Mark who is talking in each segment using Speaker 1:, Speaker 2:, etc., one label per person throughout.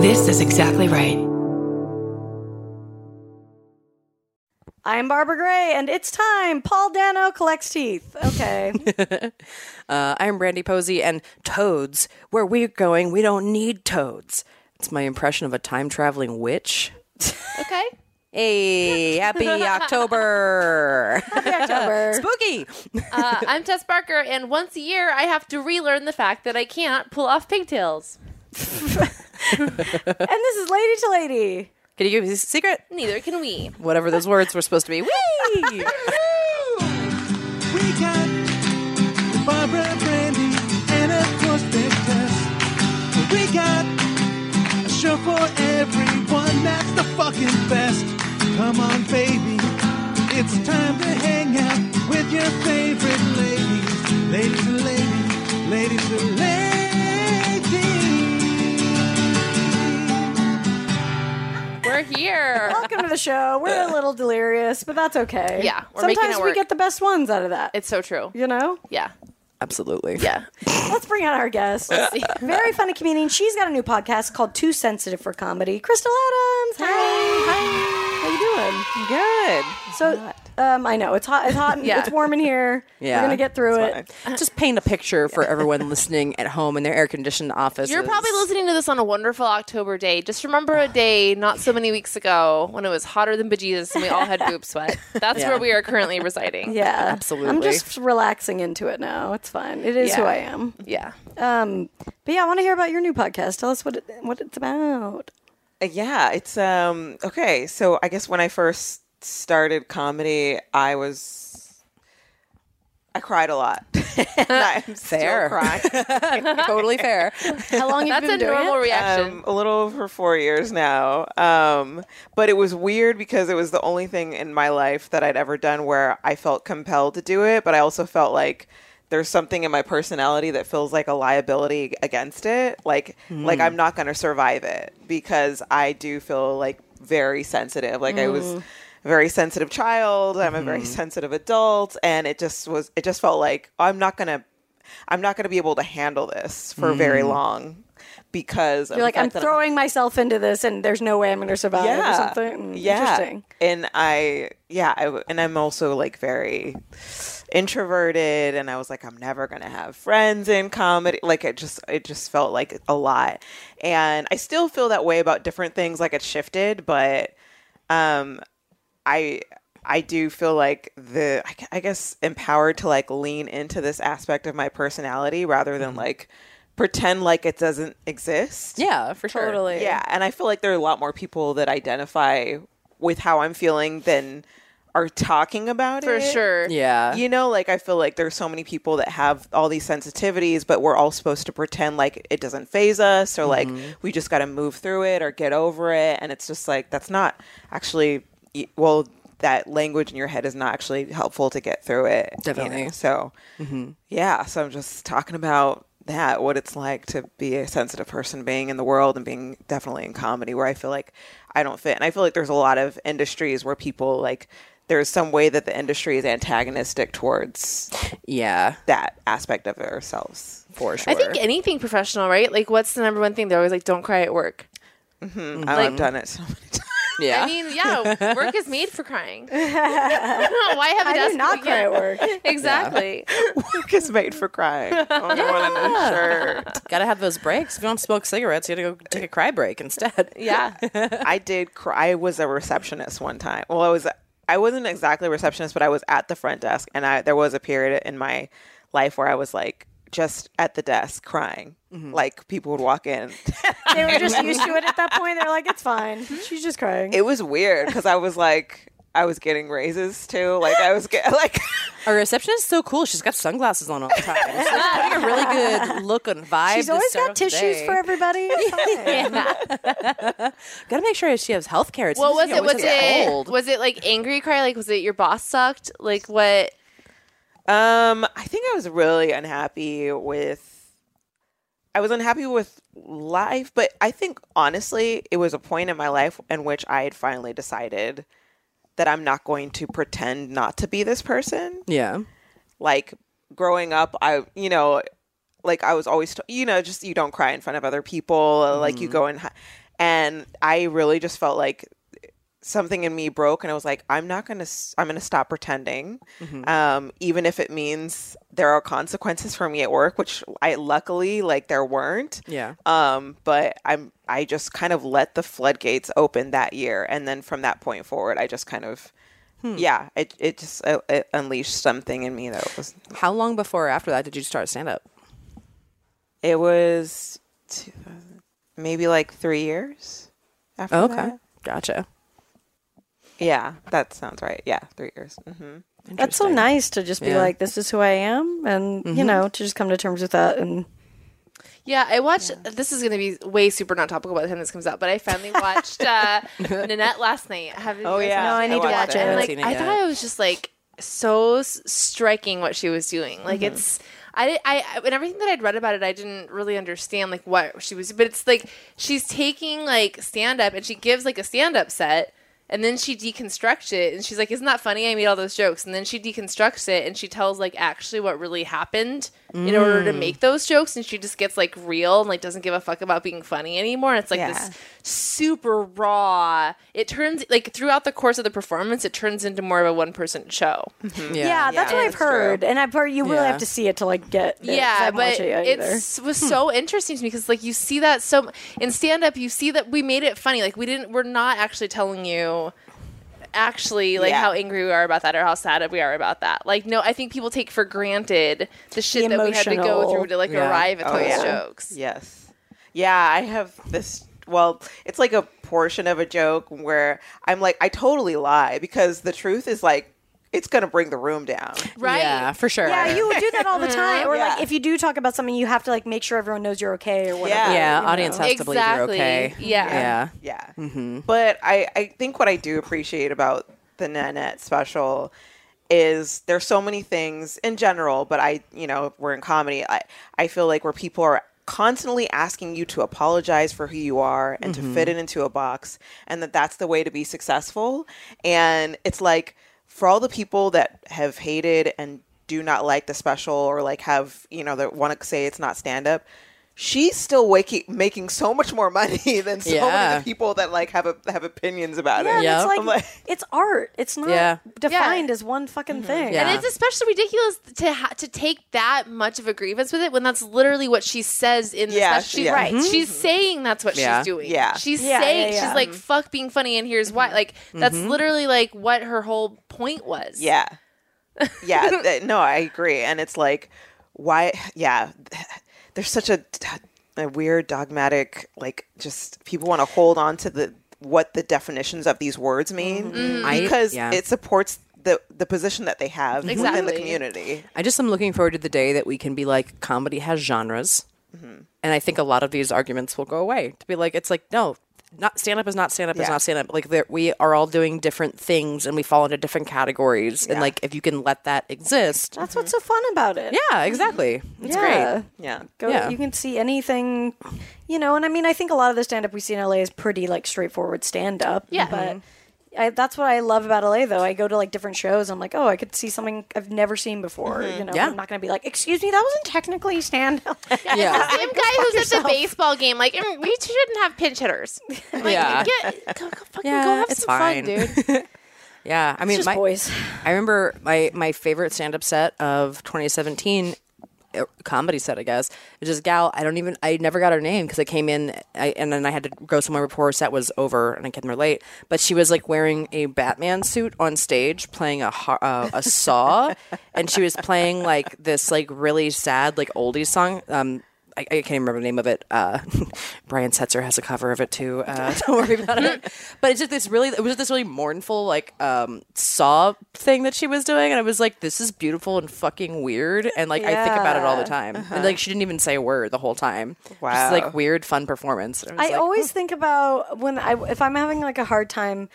Speaker 1: This is exactly right.
Speaker 2: I'm Barbara Gray, and it's time. Paul Dano collects teeth. Okay.
Speaker 3: Uh, I'm Brandy Posey, and toads. Where we're going, we don't need toads. It's my impression of a time traveling witch.
Speaker 4: Okay.
Speaker 3: Hey, happy October! Spooky!
Speaker 4: Uh, I'm Tess Barker, and once a year I have to relearn the fact that I can't pull off pigtails.
Speaker 2: and this is Lady to Lady.
Speaker 3: Can you give me a secret?
Speaker 4: Neither can we.
Speaker 3: Whatever those words were supposed to be. Whee!
Speaker 5: We got Barbara Brandy and of course Big Tess. We got a show for everyone that's the fucking best. Come on, baby. It's time to hang out with your favorite ladies. Ladies and ladies, ladies and ladies.
Speaker 4: We're here.
Speaker 2: Welcome to the show. We're a little delirious, but that's okay.
Speaker 4: Yeah, we're making
Speaker 2: Sometimes
Speaker 4: it
Speaker 2: we
Speaker 4: work.
Speaker 2: get the best ones out of that.
Speaker 4: It's so true.
Speaker 2: you know?
Speaker 4: Yeah.
Speaker 3: Absolutely.
Speaker 4: Yeah.
Speaker 2: Let's bring out our guest. Very funny comedian. She's got a new podcast called Too Sensitive for Comedy. Crystal Adams. Hi. Hi. How you doing?
Speaker 3: Good.
Speaker 2: So um, I know it's hot. It's hot. And
Speaker 4: Yeah.
Speaker 2: It's warm in here.
Speaker 3: Yeah.
Speaker 2: We're gonna get through it.
Speaker 3: It's fine. Just paint a picture for everyone listening at home in their air conditioned office.
Speaker 4: You're probably listening to this on a wonderful October day. Just remember a day not so many weeks ago when it was hotter than bejesus and we all had boob sweat. That's where we are currently residing.
Speaker 2: Yeah. I'm
Speaker 3: Absolutely.
Speaker 2: just relaxing into it now. It's fun. It is who
Speaker 4: Yeah.
Speaker 2: I am.
Speaker 4: Yeah.
Speaker 2: Um, but yeah, I want to hear about your new podcast. Tell us what it, what it's about.
Speaker 6: Uh, Yeah, it's um okay. So I guess when I first started comedy, I was I cried a lot. And I'm
Speaker 3: Fair.
Speaker 6: still crying.
Speaker 3: totally fair.
Speaker 2: How long have
Speaker 4: That's
Speaker 2: you been
Speaker 4: a
Speaker 2: doing
Speaker 4: normal
Speaker 2: it?
Speaker 4: reaction.
Speaker 6: Um, a little over four years now. Um, but it was weird because it was the only thing in my life that I'd ever done where I felt compelled to do it, but I also felt like there's something in my personality that feels like a liability against it. Like like I'm not going to survive it because I do feel like very sensitive. Like I was a very sensitive child. I'm a very sensitive adult, and it just was. It just felt like I'm not gonna. I'm not going to be able to handle this for very long because
Speaker 2: Mm. You're like, I'm throwing myself into this, and there's no way I'm going to survive or something. Mm, Interesting.
Speaker 6: And I, yeah, I w and I'm also like very introverted, and I was like, I'm never gonna have friends in comedy. Like it just, it just felt like a lot, and I still feel that way about different things. Like it shifted, but um, I. I do feel like the I gu- I guess empowered to like lean into this aspect of my personality rather than
Speaker 2: Mm-hmm.
Speaker 6: like pretend like it doesn't exist.
Speaker 3: Yeah, for sure.
Speaker 2: Totally.
Speaker 6: Yeah, and I feel like there are a lot more people that identify with how I'm feeling than are talking about
Speaker 4: For
Speaker 6: it.
Speaker 4: sure.
Speaker 3: Yeah.
Speaker 6: You know, like I feel like there's so many people that have all these sensitivities, but we're all supposed to pretend like it doesn't phase us or like we just got to move through it or get over it. And it's just like, that's not actually, y- well, that language in your head is not actually helpful to get through it. you know?
Speaker 3: Definitely.
Speaker 6: So,
Speaker 4: Mm-hmm.
Speaker 6: yeah. So I'm just talking about that, what it's like to be a sensitive person being in the world and being definitely in comedy where I feel like I don't fit. And I feel like there's a lot of industries where people like, there's some way that the industry is antagonistic towards
Speaker 3: Yeah.
Speaker 6: that aspect of ourselves.
Speaker 3: For sure.
Speaker 4: I think anything professional, right? Like, what's the number one thing? They're always like, don't cry at work.
Speaker 6: Oh, I've done it so many times.
Speaker 3: yeah.
Speaker 4: I mean, yeah, work is made for crying. Why have a
Speaker 2: I
Speaker 4: desk?
Speaker 2: do not
Speaker 4: we
Speaker 2: cry at
Speaker 4: can't-
Speaker 2: work.
Speaker 4: Exactly.
Speaker 6: Work is made for crying. Oh, I want a new shirt.
Speaker 3: Gotta have those breaks. If you want to smoke cigarettes, you gotta go take a cry break instead.
Speaker 4: Yeah.
Speaker 6: I did cry. I was a receptionist one time. Well, I was I wasn't exactly a receptionist, but I was at the front desk, and I there was a period in my life where I was like just at the desk crying, like people would walk in.
Speaker 2: They were just used to it at that point. They're like, it's fine. She's just crying.
Speaker 6: it was weird because I was like I was getting raises too. Like I was get, like
Speaker 3: Our receptionist is so cool. She's got sunglasses on all the time. She's having a really good look and vibe.
Speaker 2: She's
Speaker 3: to
Speaker 2: always
Speaker 3: start
Speaker 2: got
Speaker 3: off the
Speaker 2: tissues
Speaker 3: day.
Speaker 2: for everybody. It's fine.
Speaker 3: Gotta make sure she has health care.
Speaker 4: What was it? Was it
Speaker 3: Cold.
Speaker 4: was it like angry cry? Like was it your boss sucked? Like what?
Speaker 6: Um, I think I was really unhappy with I was unhappy with life, but I think honestly, it was a point in my life in which I had finally decided that I'm not going to pretend not to be this person.
Speaker 3: yeah.
Speaker 6: Like growing up, I you know, like I was always t- you know, just you don't cry in front of other people, like you go and hi- and I really just felt like something in me broke and i was like i'm not gonna s- i'm gonna stop pretending um, even if it means there are consequences for me at work which i luckily like there weren't
Speaker 3: Yeah.
Speaker 6: um, but i'm i just kind of let the floodgates open that year and then from that point forward i just kind of yeah it, it just uh it unleashed something in me that was
Speaker 3: How long before or after that did you start stand up?
Speaker 6: it was 2000 maybe like three years after
Speaker 3: Okay.
Speaker 6: that.
Speaker 3: Gotcha.
Speaker 6: yeah that sounds right yeah three years hmm
Speaker 2: That's so
Speaker 3: Interesting.
Speaker 2: nice to just be
Speaker 3: Yeah.
Speaker 2: like, this is who I am, and you know, to just come to terms with that. And
Speaker 4: Yeah, I watched. This is going to be way super not topical by the time this comes out, but I finally watched uh, Nanette last night. Have you
Speaker 6: Oh,
Speaker 4: guys
Speaker 6: yeah.
Speaker 4: watched
Speaker 6: No, I need I to watched watch it. it.
Speaker 4: And,
Speaker 6: I haven't
Speaker 4: like,
Speaker 3: seen it
Speaker 4: I
Speaker 3: yet.
Speaker 4: thought it was just like so s- striking what she was doing. Like
Speaker 6: Mm-hmm.
Speaker 4: it's. I, di- I, I- and everything that I'd read about it, I didn't really understand like what she was. But it's like she's taking like stand up and she gives like a stand up set, and then she deconstructs it and she's like, "Isn't that funny? I made all those jokes." And then she deconstructs it and she tells like actually what really happened in order to make those jokes, and she just gets like real and like doesn't give a fuck about being funny anymore. And it's like this super raw. It turns like throughout the course of the performance, it turns into more of a one person show.
Speaker 2: yeah, that's
Speaker 6: Yeah,
Speaker 2: what I've
Speaker 6: that's true.
Speaker 2: heard, and I've heard you really
Speaker 3: Yeah.
Speaker 2: have to see it to like get. it, 'cause I
Speaker 4: yeah
Speaker 2: haven't
Speaker 4: but
Speaker 2: watched it yet either. Hmm.
Speaker 4: it was so interesting to me because like you see that so in stand up you see that we made it funny like we didn't we're not actually telling you actually like
Speaker 6: Yeah.
Speaker 4: how angry we are about that or how sad we are about that like no i think people take for granted the shit that we had to go
Speaker 2: emotional-
Speaker 4: through to like
Speaker 3: Yeah.
Speaker 4: arrive at
Speaker 6: Oh,
Speaker 4: those
Speaker 6: yeah.
Speaker 4: jokes
Speaker 6: Yes. Yeah, I have this. Well, it's like a portion of a joke where I'm like, I totally lie because the truth is like, it's going to bring the room down.
Speaker 4: right
Speaker 3: Yeah, for sure.
Speaker 2: Yeah, you would do that all the time. Or like
Speaker 6: Yeah.
Speaker 2: if you do talk about something, you have to like make sure everyone knows you're okay or whatever.
Speaker 6: Yeah.
Speaker 3: Yeah,
Speaker 2: you
Speaker 3: audience
Speaker 2: know.
Speaker 3: has to believe you're
Speaker 4: Exactly.
Speaker 3: okay.
Speaker 4: Yeah.
Speaker 3: Yeah.
Speaker 6: Yeah. But I, I think what I do appreciate about the Nanette special is there's so many things in general, but I, you know, we're in comedy. I, I feel like where people are constantly asking you to apologize for who you are and to fit it into a box and that that's the way to be successful. And it's like for all the people that have hated and do not like the special or like have, you know, that want to say it's not stand up, she's still waking, making so much more money than so many
Speaker 3: Yeah.
Speaker 6: of the people that like have a, have opinions about
Speaker 2: Yeah,
Speaker 6: it.
Speaker 2: and
Speaker 3: Yeah.
Speaker 2: it's like,
Speaker 6: I'm like-
Speaker 2: it's art. It's not
Speaker 3: Yeah. Mm-hmm.
Speaker 2: defined
Speaker 4: Yeah.
Speaker 2: as one fucking thing.
Speaker 3: Yeah.
Speaker 4: And it's especially ridiculous to ha- to take that much of a grievance with it when that's literally what she says in the
Speaker 6: Yeah,
Speaker 4: special.
Speaker 6: she- yeah.
Speaker 4: Right. She's saying that's what
Speaker 3: Yeah.
Speaker 4: she's doing.
Speaker 6: Yeah.
Speaker 4: She's
Speaker 2: Yeah,
Speaker 4: saying
Speaker 2: yeah, yeah.
Speaker 4: she's like fuck being funny and here's why. Like that's literally like what her whole point was.
Speaker 6: Yeah. Yeah. th- no, I agree. And it's like, why? Yeah. There's such a, a weird dogmatic, like, just people want to hold on to the what the definitions of these words
Speaker 4: Mm-hmm.
Speaker 6: mean
Speaker 3: I-
Speaker 6: because
Speaker 3: yeah.
Speaker 6: it supports the the position that they have within the
Speaker 4: Exactly.
Speaker 6: community.
Speaker 3: I just am looking forward to the day that we can be like, comedy has genres. And I think a lot of these arguments will go away to be like, it's like, no, not stand up is not stand up is
Speaker 6: Yeah.
Speaker 3: not stand up. Like, there- we are all doing different things and we fall into different categories. And
Speaker 6: Yeah. Ah.
Speaker 3: like, if you can let that exist.
Speaker 2: That's what's so fun about it.
Speaker 3: Yeah, exactly. It's
Speaker 2: Yeah.
Speaker 3: great.
Speaker 6: Yeah.
Speaker 2: Go,
Speaker 3: Yeah.
Speaker 2: You can see anything, you know. And I mean, I think a lot of the stand up we see in LA is pretty like straightforward stand up.
Speaker 4: Yeah.
Speaker 2: But I, that's what I love about LA, though. I go to like different shows. I'm like, oh, I could see something I've never seen before. You know,
Speaker 3: Yeah.
Speaker 2: I'm not gonna be like, excuse me, that wasn't technically stand up.
Speaker 4: The
Speaker 3: Yeah.
Speaker 4: same guy who's at the baseball game, like "Mm, we shouldn't have pinch hitters. Like,
Speaker 3: Yeah.
Speaker 4: get, go, go, fucking
Speaker 3: Yeah,
Speaker 4: go have
Speaker 3: it's
Speaker 4: some
Speaker 3: fine.
Speaker 4: fun, dude.
Speaker 3: Yeah. I mean,
Speaker 2: just
Speaker 3: my-
Speaker 2: boys.
Speaker 3: I remember my my favorite stand up set of 2017 uh, comedy set i guess it was this gal i don't even i never got her name because i came in I, and then i had to go somewhere before her set was over and i came there late but she was like wearing a batman suit on stage playing a har- uh, a saw and she was playing like this like really sad like oldie song um I, I can't even remember the name of it. Uh, Brian Setzer has a cover of it too. Uh, don't worry about it. But it's just this really, it was this really mournful like um, saw thing that she was doing, and I was like, "This is beautiful and fucking weird." And like I think about it all the
Speaker 2: Yeah.
Speaker 3: time, and like she didn't even say a word the whole time.
Speaker 6: Uh-huh. Wow.
Speaker 3: just like weird, fun performance. And
Speaker 2: I
Speaker 3: was like,
Speaker 2: always think about when I if I'm having like a hard time,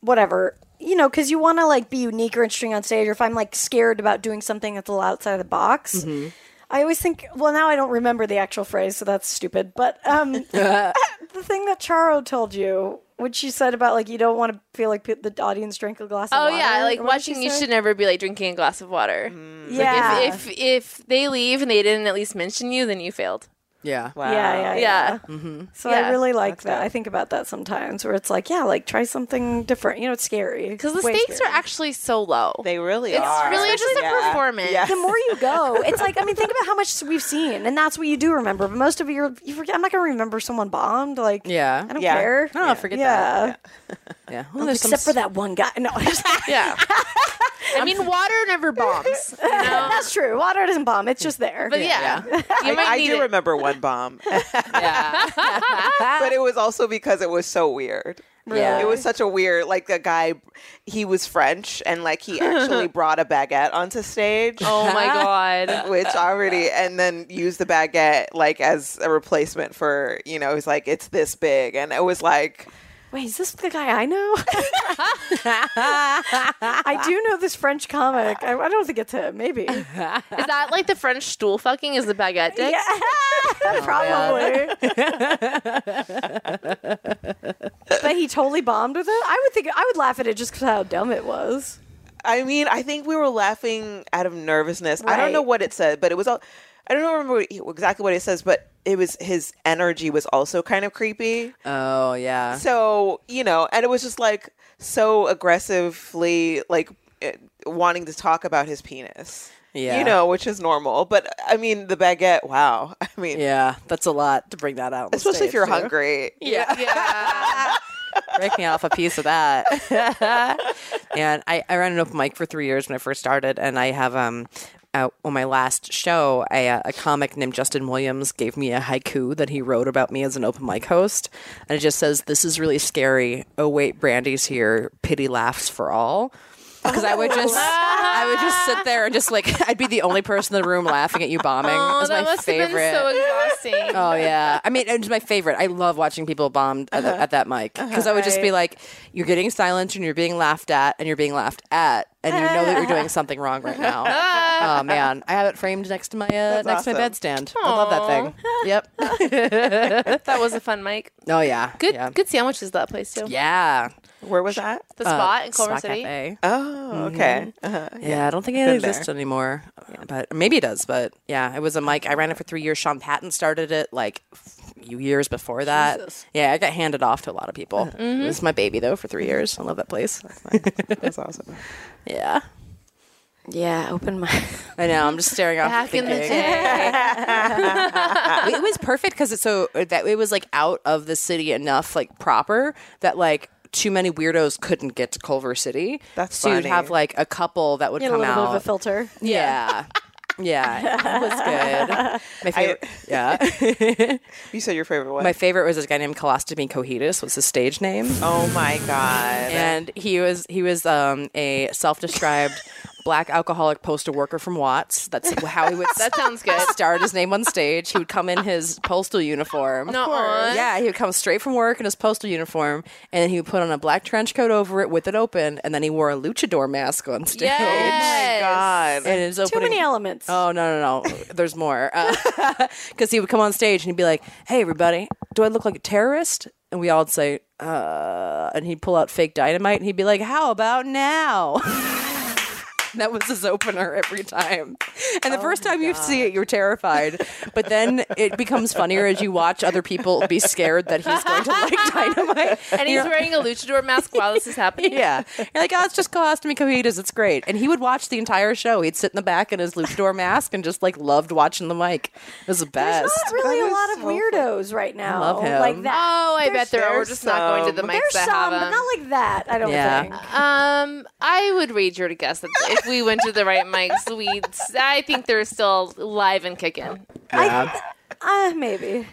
Speaker 2: whatever you know, because you want to like be unique or interesting on stage, or if I'm like scared about doing something that's a little outside of the box.
Speaker 4: Mm-hmm.
Speaker 2: I always think, well, now I don't remember the actual phrase, so that's stupid. But um, the thing that Charo told you, what she said about like you don't want to feel like the audience drank a glass of
Speaker 4: Oh
Speaker 2: water.
Speaker 4: yeah, like
Speaker 2: or what did she
Speaker 4: watching you
Speaker 2: say?
Speaker 4: should never be like drinking a glass of water.
Speaker 2: Yeah.
Speaker 4: If, if if they leave and they didn't at least mention you, then you failed.
Speaker 3: Yeah.
Speaker 6: Wow.
Speaker 2: Yeah, yeah,
Speaker 4: Yeah.
Speaker 2: yeah. So
Speaker 4: Yeah.
Speaker 2: I really like that. I think about that sometimes, where it's like, yeah, like try something different. You know, it's scary
Speaker 4: Because the
Speaker 2: Way
Speaker 4: stakes
Speaker 2: scary.
Speaker 4: are actually so low.
Speaker 6: They really
Speaker 4: It's
Speaker 6: are.
Speaker 4: really just a
Speaker 6: Yeah.
Speaker 4: performance.
Speaker 6: Yeah.
Speaker 2: the more you go, it's like I mean, think about how much we've seen, and that's what you do remember. But most of your, you forget. I'm not gonna remember someone bombed. Like,
Speaker 3: Yeah.
Speaker 2: I don't
Speaker 6: Yeah.
Speaker 2: care.
Speaker 3: No, forget that.
Speaker 2: yeah.
Speaker 3: Yeah. Well, there's some
Speaker 2: except for that one guy. No,
Speaker 4: Yeah. I mean, water never bombs. You know?
Speaker 2: that's true. Water doesn't bomb. It's just there.
Speaker 4: But Oh, yeah, you might
Speaker 6: I
Speaker 4: need
Speaker 6: do
Speaker 4: it.
Speaker 6: remember one bomb,
Speaker 3: Yeah.
Speaker 6: but it was also because it was so weird.
Speaker 3: Yeah.
Speaker 6: It was such a weird, like the guy, he was French and like he actually brought a baguette onto stage.
Speaker 4: Oh my god.
Speaker 6: Which already, and then used the baguette like as a replacement for, you know, he's like, it's this big. And it was like,
Speaker 2: Wait, is this the guy I know? I do know this French comic. I, I don't think it's him. Maybe. Yeah,
Speaker 4: Is that like the French stool fucking? Is the baguette dick?
Speaker 3: Oh,
Speaker 2: probably. but he totally bombed with it. I would think I would laugh at it just because how dumb it was.
Speaker 6: I mean, I think we were laughing out of nervousness. I don't know
Speaker 2: Right.
Speaker 6: what it said, but it was all. I don't remember what he- exactly what it says, but it was his energy was also kind of creepy.
Speaker 3: oh yeah.
Speaker 6: So you know, and it was just like so aggressively like it, wanting to talk about his penis.
Speaker 3: Yeah.
Speaker 6: you know, which is normal. But I mean, the baguette. Wow, I mean,
Speaker 3: Yeah. That's a lot to bring that out. on the
Speaker 6: especially if
Speaker 3: stage,
Speaker 6: you're
Speaker 3: too.
Speaker 6: hungry.
Speaker 4: Yeah. yeah.
Speaker 3: break me off a piece of that. and I, I ran an open mic for three years when I first started, and I have um. Uh, on my last show, I, uh, a comic named Justin Williams gave me a haiku that he wrote about me as an open mic host, and it just says, "This is really scary. Oh wait, Brandy's here. Pity laughs for all." Because I
Speaker 4: Oh,
Speaker 3: would just, I would just sit there and just like, I'd be the only person in the room laughing at you bombing. it
Speaker 4: Oh,
Speaker 3: was
Speaker 4: that
Speaker 3: my
Speaker 4: must
Speaker 3: favorite.
Speaker 4: have been so exhausting.
Speaker 3: Oh yeah, I mean, it's my favorite. I love watching people bombed at,
Speaker 4: Uh-huh.
Speaker 3: at that mic because I would just be like, "You're getting silent, and you're being laughed at, and you're being laughed at, and you know that you're doing something wrong right now." oh man, I have it framed next to my uh, next to my
Speaker 6: awesome.
Speaker 3: bedstand. I love that thing. Yep.
Speaker 4: That was a fun mic.
Speaker 3: Oh yeah.
Speaker 4: Good
Speaker 3: Yeah.
Speaker 4: good sandwiches that place too.
Speaker 3: Yeah.
Speaker 6: Where was that?
Speaker 4: The spot in Culver
Speaker 3: Spot
Speaker 4: City.
Speaker 3: Cafe.
Speaker 6: Oh, okay. Uh-huh.
Speaker 3: Yeah, I don't think it
Speaker 6: Been
Speaker 3: exists
Speaker 6: there.
Speaker 3: anymore, uh, but maybe it does. But yeah, it was a mic. I ran it for three years. Sean Patton started it like a few years before that. Yeah, I got handed off to a lot of people. This is my baby though for three years. I love that place.
Speaker 6: That's awesome.
Speaker 3: yeah,
Speaker 2: Yeah, open my.
Speaker 3: I know. I'm just staring off.
Speaker 4: Back in the
Speaker 3: thinking.
Speaker 4: day.
Speaker 3: it was perfect because it's so that it was like out of the city enough, like proper that like. Too many weirdos couldn't get to Culver City.
Speaker 6: That's
Speaker 3: so you'd
Speaker 6: funny.
Speaker 3: have like a couple that would
Speaker 2: Get a
Speaker 3: come
Speaker 2: little
Speaker 3: out.
Speaker 2: bit of a filter.
Speaker 3: Yeah. Yeah. It was good. My favorite Yeah.
Speaker 6: You said your favorite one.
Speaker 3: My favorite was this guy named Colostomy Cohetus was his stage name.
Speaker 6: oh my god.
Speaker 3: And he was he was um, a self described black alcoholic postal worker from Watts. That's how he would
Speaker 4: That sounds good.
Speaker 3: start his name on stage. He would come in his postal uniform.
Speaker 4: Nuh-uh. course.
Speaker 3: Yeah, he would come straight from work in his postal uniform and then he would put on a black trench coat over it with it open and then he wore a luchador mask on stage.
Speaker 4: Yes.
Speaker 6: Oh god.
Speaker 3: And his
Speaker 2: Too
Speaker 3: opening-
Speaker 2: many elements.
Speaker 3: Oh no no no! There's more. Because he would come on stage and he'd be like, "Hey everybody, do I look like a terrorist?" And we all would say, "Uh," and he'd pull out fake dynamite and he'd be like, "How about now?" That was his opener every time. And
Speaker 4: Oh
Speaker 3: the first time you see it, you're terrified. But then it becomes funnier as you watch other people be scared that he's going to like dynamite.
Speaker 4: And he's wearing a luchador mask while this is happening.
Speaker 3: Yeah. You're like, oh, it's just colostomy cohitas. It's great. And he would watch the entire show. He'd sit in the back in his luchador mask and just like loved watching the mic. It was the
Speaker 2: There's
Speaker 3: best.
Speaker 2: not really
Speaker 6: That
Speaker 2: a
Speaker 6: is
Speaker 2: lot of
Speaker 6: so
Speaker 2: weirdos right now.
Speaker 3: love him.
Speaker 2: Like that.
Speaker 4: Oh, I bet
Speaker 2: There's-
Speaker 4: there are. We're
Speaker 6: there's
Speaker 4: just not going to the
Speaker 6: some.
Speaker 4: mics
Speaker 2: There's
Speaker 4: that
Speaker 2: some,
Speaker 4: have
Speaker 2: but
Speaker 4: them.
Speaker 2: not like that. I don't
Speaker 3: Yeah.
Speaker 2: think.
Speaker 4: Um, I would wager to guess that if we went to the right mics, we I think they're still live and kicking.
Speaker 3: Yeah.
Speaker 2: Uh, maybe.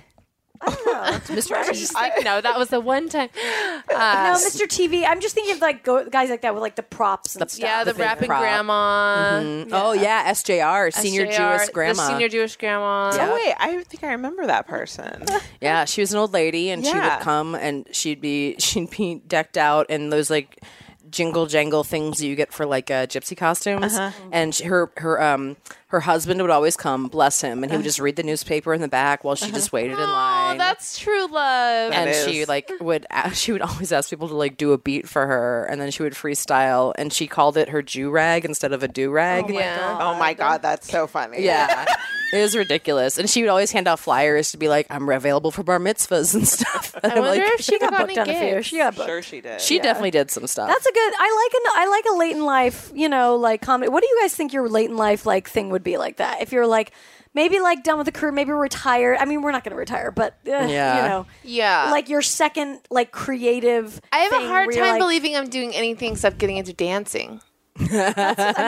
Speaker 2: I don't know.
Speaker 3: Mr.
Speaker 4: I was just like, no, that was the one time. uh,
Speaker 2: no, Mr. TV. I'm just thinking of like go- guys like that with like the props and stuff.
Speaker 4: Yeah, the
Speaker 3: big
Speaker 4: rapping
Speaker 3: prop.
Speaker 4: grandma,
Speaker 3: Oh, yeah. SJR, senior
Speaker 4: SJR,
Speaker 3: Jewish grandma.
Speaker 4: the senior Jewish grandma.
Speaker 6: Oh wait, I think I remember that person.
Speaker 3: Yeah, she was an old lady, and she
Speaker 6: Yeah.
Speaker 3: would come and she'd be she'd be decked out in those like jingle jangle things that you get for like uh, gypsy costumes. And she, her her um her husband would always come, bless him, and he would just read the newspaper in the back while she just waited in
Speaker 4: Oh,
Speaker 3: line.
Speaker 4: that's true love.
Speaker 3: and
Speaker 6: That
Speaker 3: she
Speaker 6: is.
Speaker 3: like would a- she would always ask people to like do a beat for her, and then she would freestyle, and
Speaker 4: Oh
Speaker 3: she called it her Jew rag instead of a do rag.
Speaker 2: Oh,
Speaker 4: yeah.
Speaker 6: Oh my god, that's so funny.
Speaker 3: Yeah. It was ridiculous. And she would always hand out flyers to be like, I'm available for bar mitzvahs and stuff. And
Speaker 4: I
Speaker 3: I'm
Speaker 4: wonder
Speaker 3: like,
Speaker 4: if she got
Speaker 2: booked
Speaker 4: any
Speaker 2: on a few.
Speaker 4: gigs.
Speaker 2: She got booked.
Speaker 6: Sure, she did.
Speaker 3: she definitely did some stuff.
Speaker 2: That's a good. I like an. I like a late in life. You know, like comedy. What do you guys think your late in life like thing would be like that? If you're like maybe like done with the career, maybe retired. I mean, we're not going to retire, but uh,
Speaker 3: Yeah.
Speaker 2: you know,
Speaker 4: Yeah.
Speaker 2: like your second like creative.
Speaker 4: I have a
Speaker 2: thing
Speaker 4: hard
Speaker 2: where you're
Speaker 4: time
Speaker 2: like-
Speaker 4: believing I'm doing anything except getting into dancing.
Speaker 2: I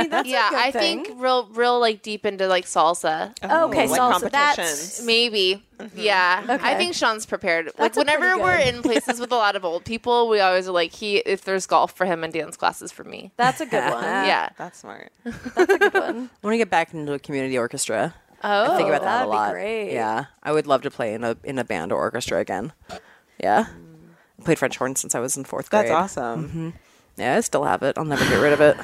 Speaker 2: mean, that's
Speaker 4: yeah,
Speaker 2: a good
Speaker 4: I
Speaker 2: thing.
Speaker 4: think real, real like deep into like salsa.
Speaker 2: Okay,
Speaker 6: like
Speaker 2: salsa. That's
Speaker 6: competitions.
Speaker 4: Maybe. Yeah. I think Sean's prepared. like
Speaker 2: a pretty
Speaker 4: whenever we're
Speaker 2: good-
Speaker 4: in places with a lot of old people, we always are like he if there's golf for him and dance classes for me.
Speaker 2: that's a good one.
Speaker 4: yeah.
Speaker 6: That's smart.
Speaker 3: I want to get back into a community orchestra.
Speaker 4: Oh.
Speaker 3: I think about that
Speaker 2: that'd
Speaker 3: a
Speaker 2: be
Speaker 3: lot.
Speaker 2: great.
Speaker 3: Yeah, I would love to play in a in a band or orchestra again. Yeah, I played French horn since I was in fourth grade.
Speaker 6: That's awesome.
Speaker 3: Yeah, I still have it. I'll never get rid of it.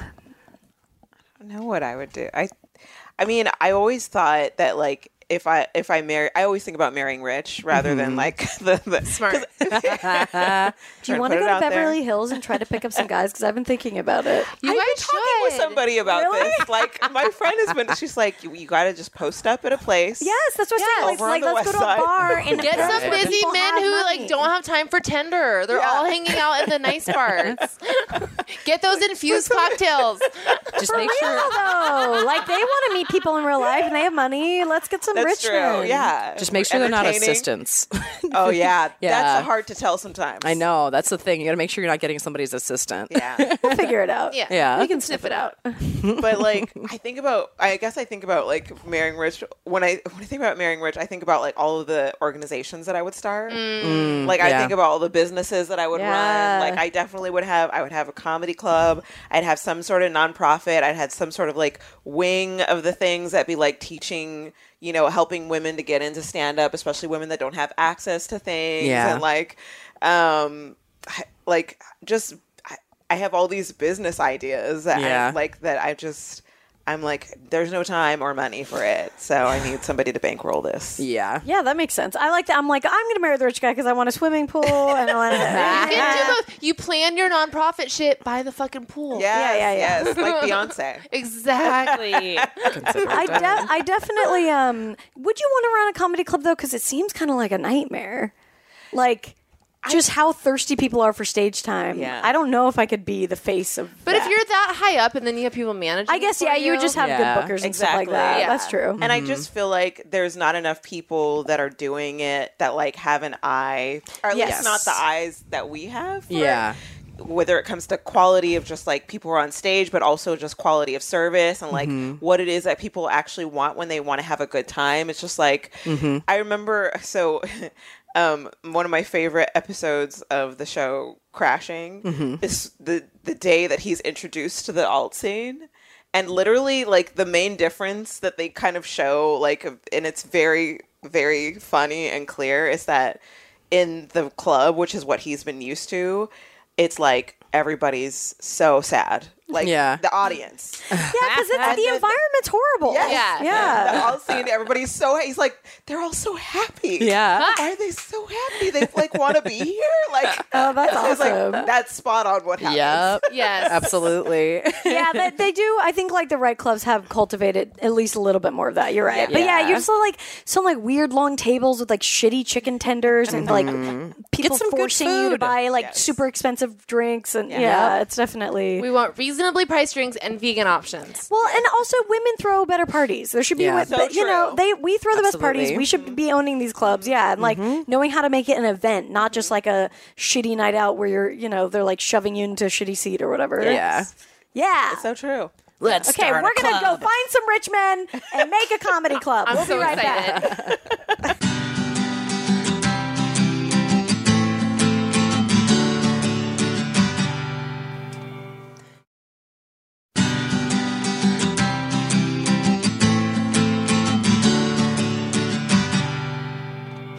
Speaker 6: don't know what I would do. I, I mean, I always thought that like if I if I marry, I always think about marrying rich rather
Speaker 3: Mm-hmm.
Speaker 6: than like the, the
Speaker 4: Smart.
Speaker 2: Do you
Speaker 6: Trying to
Speaker 2: want to go
Speaker 6: put
Speaker 2: to
Speaker 6: it out there.
Speaker 2: Beverly Hills and try to pick up some guys? Because I've been thinking about it.
Speaker 4: You guys should.
Speaker 6: with somebody about
Speaker 2: Really?
Speaker 6: this. Like my friend has been. She's like, you, you got to just post up at a place.
Speaker 2: Yes, that's what I'm saying.
Speaker 6: Over on
Speaker 2: Like,
Speaker 6: the
Speaker 2: like let's go to
Speaker 6: west
Speaker 2: a
Speaker 6: side.
Speaker 2: bar and
Speaker 4: Get
Speaker 2: Yeah.
Speaker 4: some busy
Speaker 2: People
Speaker 4: men
Speaker 2: have
Speaker 4: who
Speaker 2: money.
Speaker 4: like don't have time for tender. They're all hanging out at the nice parts. Get those infused cocktails.
Speaker 3: Just make
Speaker 2: real,
Speaker 3: sure.
Speaker 2: though. Like they want to meet people in real life and they have money. Let's get some
Speaker 6: that's
Speaker 2: rich
Speaker 6: true.
Speaker 2: men.
Speaker 6: Yeah,
Speaker 3: Just make sure they're not
Speaker 6: Entertaining.
Speaker 3: assistants.
Speaker 6: Oh yeah,
Speaker 3: Yeah.
Speaker 6: that's hard to tell sometimes.
Speaker 3: I know that's the thing. You got to make sure you're not getting somebody's assistant.
Speaker 6: Yeah,
Speaker 2: We'll figure it out.
Speaker 4: Yeah.
Speaker 3: Yeah.
Speaker 2: We can sniff it out.
Speaker 6: but like I think about, I guess I think about like marrying rich. When I when I think about marrying rich, I think about like all of the organizations that I would start. like I
Speaker 3: Mm, yeah.
Speaker 6: think about all the businesses that I would
Speaker 2: Yeah.
Speaker 6: run. Like I definitely would have. I would have a comedy club. I'd have some sort of nonprofit. I'd had some sort of like wing of the things that be like teaching. You know, helping women to get into stand up, especially women that don't have access to things.
Speaker 3: Yeah.
Speaker 6: And like, um, I- like just I, I have all these business ideas that
Speaker 3: Yeah.
Speaker 6: I, like that I just. I'm like, there's no time or money for it, so I need somebody to bankroll this.
Speaker 3: Yeah.
Speaker 2: Yeah, that makes sense. I like that. I'm like, I'm going to marry the rich guy because I want a swimming pool and I want to.
Speaker 4: Get to the- you plan your nonprofit shit by the fucking pool.
Speaker 6: Yes,
Speaker 2: yeah, yeah.
Speaker 6: yes, like Beyonce.
Speaker 4: Exactly.
Speaker 3: Consider
Speaker 2: I,
Speaker 3: it
Speaker 2: de-
Speaker 3: done.
Speaker 2: I definitely um would you want to run a comedy club though because it seems kind of like a nightmare like just how thirsty people are for stage time
Speaker 6: Yeah.
Speaker 2: i don't know if i could be the face of
Speaker 4: But if
Speaker 2: that.
Speaker 4: you're that high up and then you have people managing,
Speaker 2: i guess
Speaker 4: for
Speaker 2: yeah you would just have
Speaker 3: Yeah.
Speaker 2: good bookers and stuff like
Speaker 6: Exactly.
Speaker 2: that
Speaker 6: Yeah.
Speaker 2: that's true
Speaker 6: And I just feel like there's not enough people that are doing it that like have an eye, or at
Speaker 2: Yes.
Speaker 6: least not the eyes that we have. for
Speaker 3: Yeah.
Speaker 6: it. Whether it comes to quality of just like people who are on stage, but also just quality of service and like what it is that people actually want when they want to have a good time. It's just like I remember. So, um, one of my favorite episodes of the show Crashing is the the day that he's introduced to the alt scene. And literally, like the main difference that they kind of show, like, and it's very, very funny and clear, is that in the club, which is what he's been used to, it's like everybody's so sad. Like
Speaker 3: Yeah.
Speaker 6: the audience.
Speaker 2: yeah because the
Speaker 6: And then-
Speaker 2: environment's horrible
Speaker 4: Yeah.
Speaker 2: yeah
Speaker 6: The all scene, everybody's so he's like, they're all so happy.
Speaker 3: Yeah.
Speaker 6: Why are they so happy? They like want to be here. Like
Speaker 2: oh that's
Speaker 6: I was
Speaker 2: awesome
Speaker 6: like, that's spot on what happened.
Speaker 3: Yep.
Speaker 4: Yes.
Speaker 3: Absolutely.
Speaker 2: yeah, they, they do. I think like the right clubs have cultivated at least a little bit more of that. You're right, but yeah,
Speaker 3: Yeah.
Speaker 2: you're still like some like weird long tables with like shitty chicken tenders and like people
Speaker 3: Mm-hmm. Get some good
Speaker 2: forcing you to
Speaker 3: food.
Speaker 2: buy like
Speaker 6: Yes.
Speaker 2: super expensive drinks and yeah, it's definitely.
Speaker 4: We want reasonably priced drinks and vegan options.
Speaker 2: well, and also women throw better parties. There should be,
Speaker 3: Yeah.
Speaker 2: wi-
Speaker 6: So
Speaker 2: but, you know,
Speaker 6: true.
Speaker 2: they we throw the best parties.
Speaker 3: Absolutely.
Speaker 2: We should be owning these clubs, yeah, and like knowing how to make it an event, not just like a shitty night out where you're, you know, they're like shoving you into a shitty seat or whatever.
Speaker 3: Yeah.
Speaker 2: yeah.
Speaker 6: So true.
Speaker 3: Let's
Speaker 2: Okay, we're gonna go find some rich men and make a comedy club.
Speaker 4: I'm
Speaker 2: we'll
Speaker 4: so
Speaker 2: be right back.
Speaker 4: excited.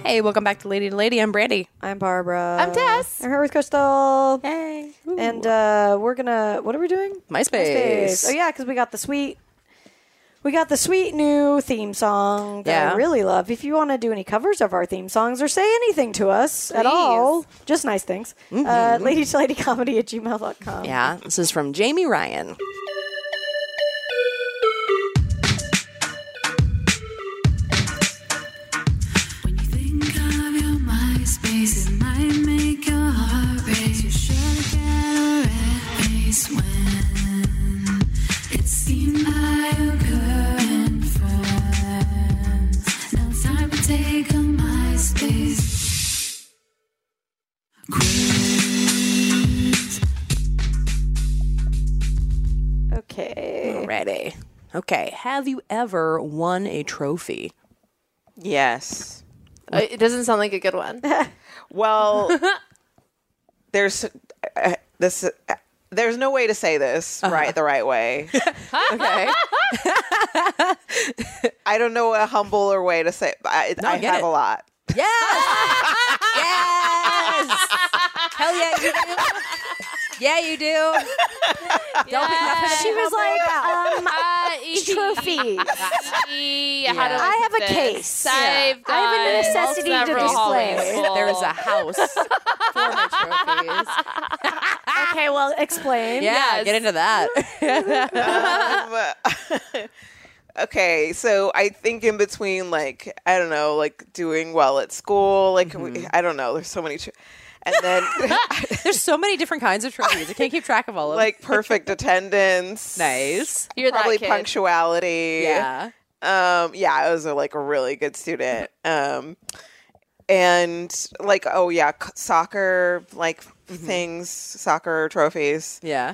Speaker 3: Hey, welcome back to Lady to Lady. I'm Brandy.
Speaker 2: I'm Barbara.
Speaker 4: I'm Tess.
Speaker 2: I'm here with Crystal.
Speaker 3: Hey.
Speaker 2: And uh, we're gonna. What are we doing?
Speaker 3: MySpace.
Speaker 2: Oh yeah, because we got the sweet. We got the sweet new theme song that I
Speaker 3: Yeah.
Speaker 2: really love. If you want to do any covers of our theme songs or say anything to us at all, just nice things. Uh, lady to lady comedy at gmail.com.
Speaker 3: Mm-hmm. Yeah, this is from Jamie Ryan. Okay. Have you ever won a trophy?
Speaker 6: Yes.
Speaker 4: Uh, It doesn't sound like a good one.
Speaker 6: Well, there's uh, this. Uh, there's no way to say this right the right way.
Speaker 3: Okay.
Speaker 6: I don't know a humbler way to say. It, but I, I
Speaker 3: get
Speaker 6: have
Speaker 3: it.
Speaker 6: a lot.
Speaker 3: yes. yes. Hell yeah, you do. Yeah, you do. Don't be nothing.
Speaker 2: She was like, um,
Speaker 4: Uh,
Speaker 2: trophy.
Speaker 4: trophy. I,
Speaker 2: I have a case.
Speaker 4: I've
Speaker 2: I have a
Speaker 4: got
Speaker 2: necessity to
Speaker 4: several
Speaker 2: display.
Speaker 4: holidays.
Speaker 3: There is a house for my trophies.
Speaker 2: okay, well, explain.
Speaker 3: Yeah,
Speaker 4: Yes.
Speaker 3: get into that.
Speaker 6: Um, okay so i think in between like i don't know like doing well at school like we, i don't know there's so many tr- and then
Speaker 3: There's so many different kinds of trophies. I can't keep track of all of
Speaker 6: like perfect attendance
Speaker 3: them. Nice.
Speaker 4: You're
Speaker 6: probably
Speaker 4: that kid.
Speaker 6: punctuality
Speaker 3: Yeah.
Speaker 6: um yeah i was a, like a really good student um and like oh yeah c- soccer like
Speaker 3: Mm-hmm.
Speaker 6: things soccer trophies
Speaker 3: Yeah.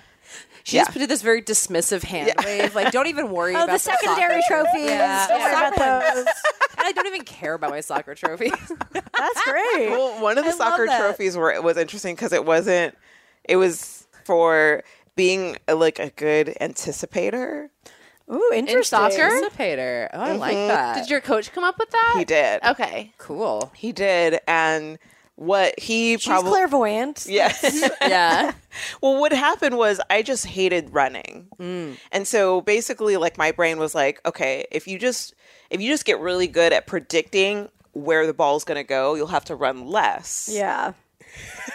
Speaker 3: She just did this very dismissive hand wave. Like, don't even worry
Speaker 2: Oh,
Speaker 3: about
Speaker 2: the secondary
Speaker 3: soccer.
Speaker 2: trophies.
Speaker 3: Yeah.
Speaker 2: Don't worry
Speaker 3: Yeah.
Speaker 2: about those.
Speaker 3: And I don't even care about my soccer trophy.
Speaker 2: That's great.
Speaker 6: Well, one of the
Speaker 3: I love
Speaker 6: soccer
Speaker 3: that.
Speaker 6: trophies were was interesting because it wasn't. It was for being uh, like a good anticipator.
Speaker 2: Ooh, interesting.
Speaker 4: soccer?
Speaker 3: Participator. Oh, I like that.
Speaker 4: Did your coach come up with that?
Speaker 6: He did.
Speaker 4: Okay.
Speaker 3: cool.
Speaker 6: He did, and what he
Speaker 2: She's
Speaker 6: probably
Speaker 2: clairvoyant.
Speaker 6: yeah.
Speaker 3: Yeah.
Speaker 6: well, what happened was I just hated running,
Speaker 2: Mm.
Speaker 6: and so basically, like my brain was like, okay, if you just if you just get really good at predicting where the ball's going to go, you'll have to run less.
Speaker 2: Yeah.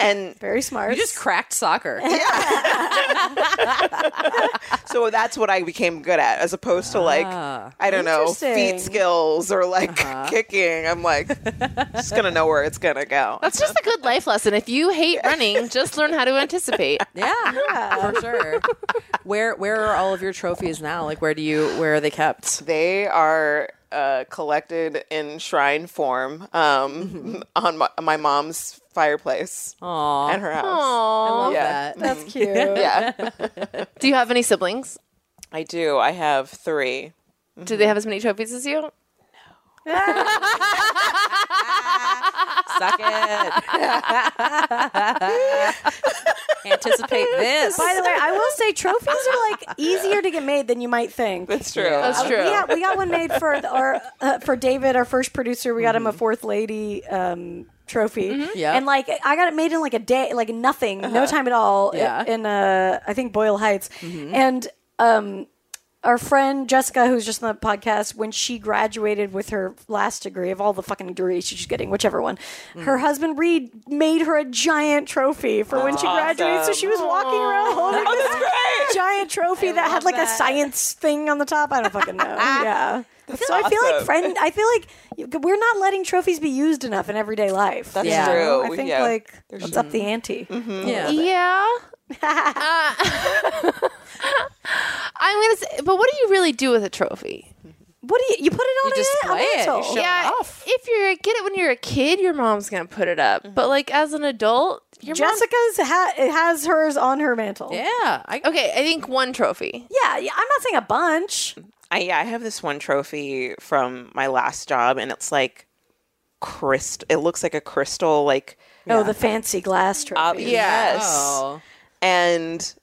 Speaker 6: and
Speaker 2: Very smart.
Speaker 3: You just cracked soccer.
Speaker 6: so that's what I became good at, as opposed to like I don't know
Speaker 2: Ah, Interesting. Uh-huh.
Speaker 6: feet skills or like kicking. I'm like just gonna know where it's gonna go.
Speaker 4: That's just a good life lesson. If you hate running, just learn how to anticipate.
Speaker 3: Yeah, for sure. Where where are all of your trophies now? Like where do you where are they kept?
Speaker 6: they are uh, collected in shrine form
Speaker 2: Mm-hmm.
Speaker 6: um, on my, my mom's fireplace
Speaker 3: Aw,
Speaker 6: at her house.
Speaker 4: Aww.
Speaker 3: love
Speaker 6: yeah.
Speaker 3: that.
Speaker 2: That's cute.
Speaker 6: Yeah,
Speaker 4: Do you have any siblings?
Speaker 6: I do. I have three.
Speaker 4: Do they have as many trophies as you?
Speaker 3: Suck it. Anticipate this.
Speaker 2: By the way, I will say trophies are like easier to get made than you might think.
Speaker 6: That's true.
Speaker 4: That's true.
Speaker 2: We got, we got one made for the- our uh, for David, our first producer. We got him a fourth lady um, trophy.
Speaker 3: Yeah.
Speaker 2: and like I got it made in like a day, like nothing, no time at all. i-
Speaker 3: Yeah.
Speaker 2: in uh, I think Boyle Heights, and um, our friend Jessica, who's just on the podcast, when she graduated with her last degree of all the fucking degrees she's getting, whichever one, her husband Reed made her a giant trophy for when she graduated. So she was walking around holding this giant trophy that had like a science thing on the top. I don't fucking know. yeah. so I feel like
Speaker 6: awesome.
Speaker 2: friend. I feel like we're not letting trophies be used enough in everyday life.
Speaker 6: That's
Speaker 3: Yeah. Mm-hmm.
Speaker 6: true.
Speaker 2: I think
Speaker 6: yeah.
Speaker 2: like it's up the ante. e-
Speaker 3: yeah.
Speaker 4: Yeah. Uh, I'm gonna say, but what do you really do with a trophy?
Speaker 2: What do you? You put it on
Speaker 3: You
Speaker 2: a,
Speaker 3: display it.
Speaker 2: a
Speaker 3: You
Speaker 2: mantle.
Speaker 3: show it
Speaker 4: yeah,
Speaker 3: off.
Speaker 4: if you're get it when you're a kid, your mom's gonna put it up.
Speaker 2: Mm-hmm.
Speaker 4: But like as an adult, your mom-
Speaker 2: Jessica's ha- it has hers on her mantle.
Speaker 3: Yeah. I,
Speaker 4: okay, I think one trophy.
Speaker 2: Yeah, yeah, I'm not saying a bunch.
Speaker 6: I, yeah, I have this one trophy from my last job, and it's like crystal. It looks like a crystal, like
Speaker 2: Oh, the fancy glass trophy.
Speaker 6: ob- yes.
Speaker 3: Oh.
Speaker 6: and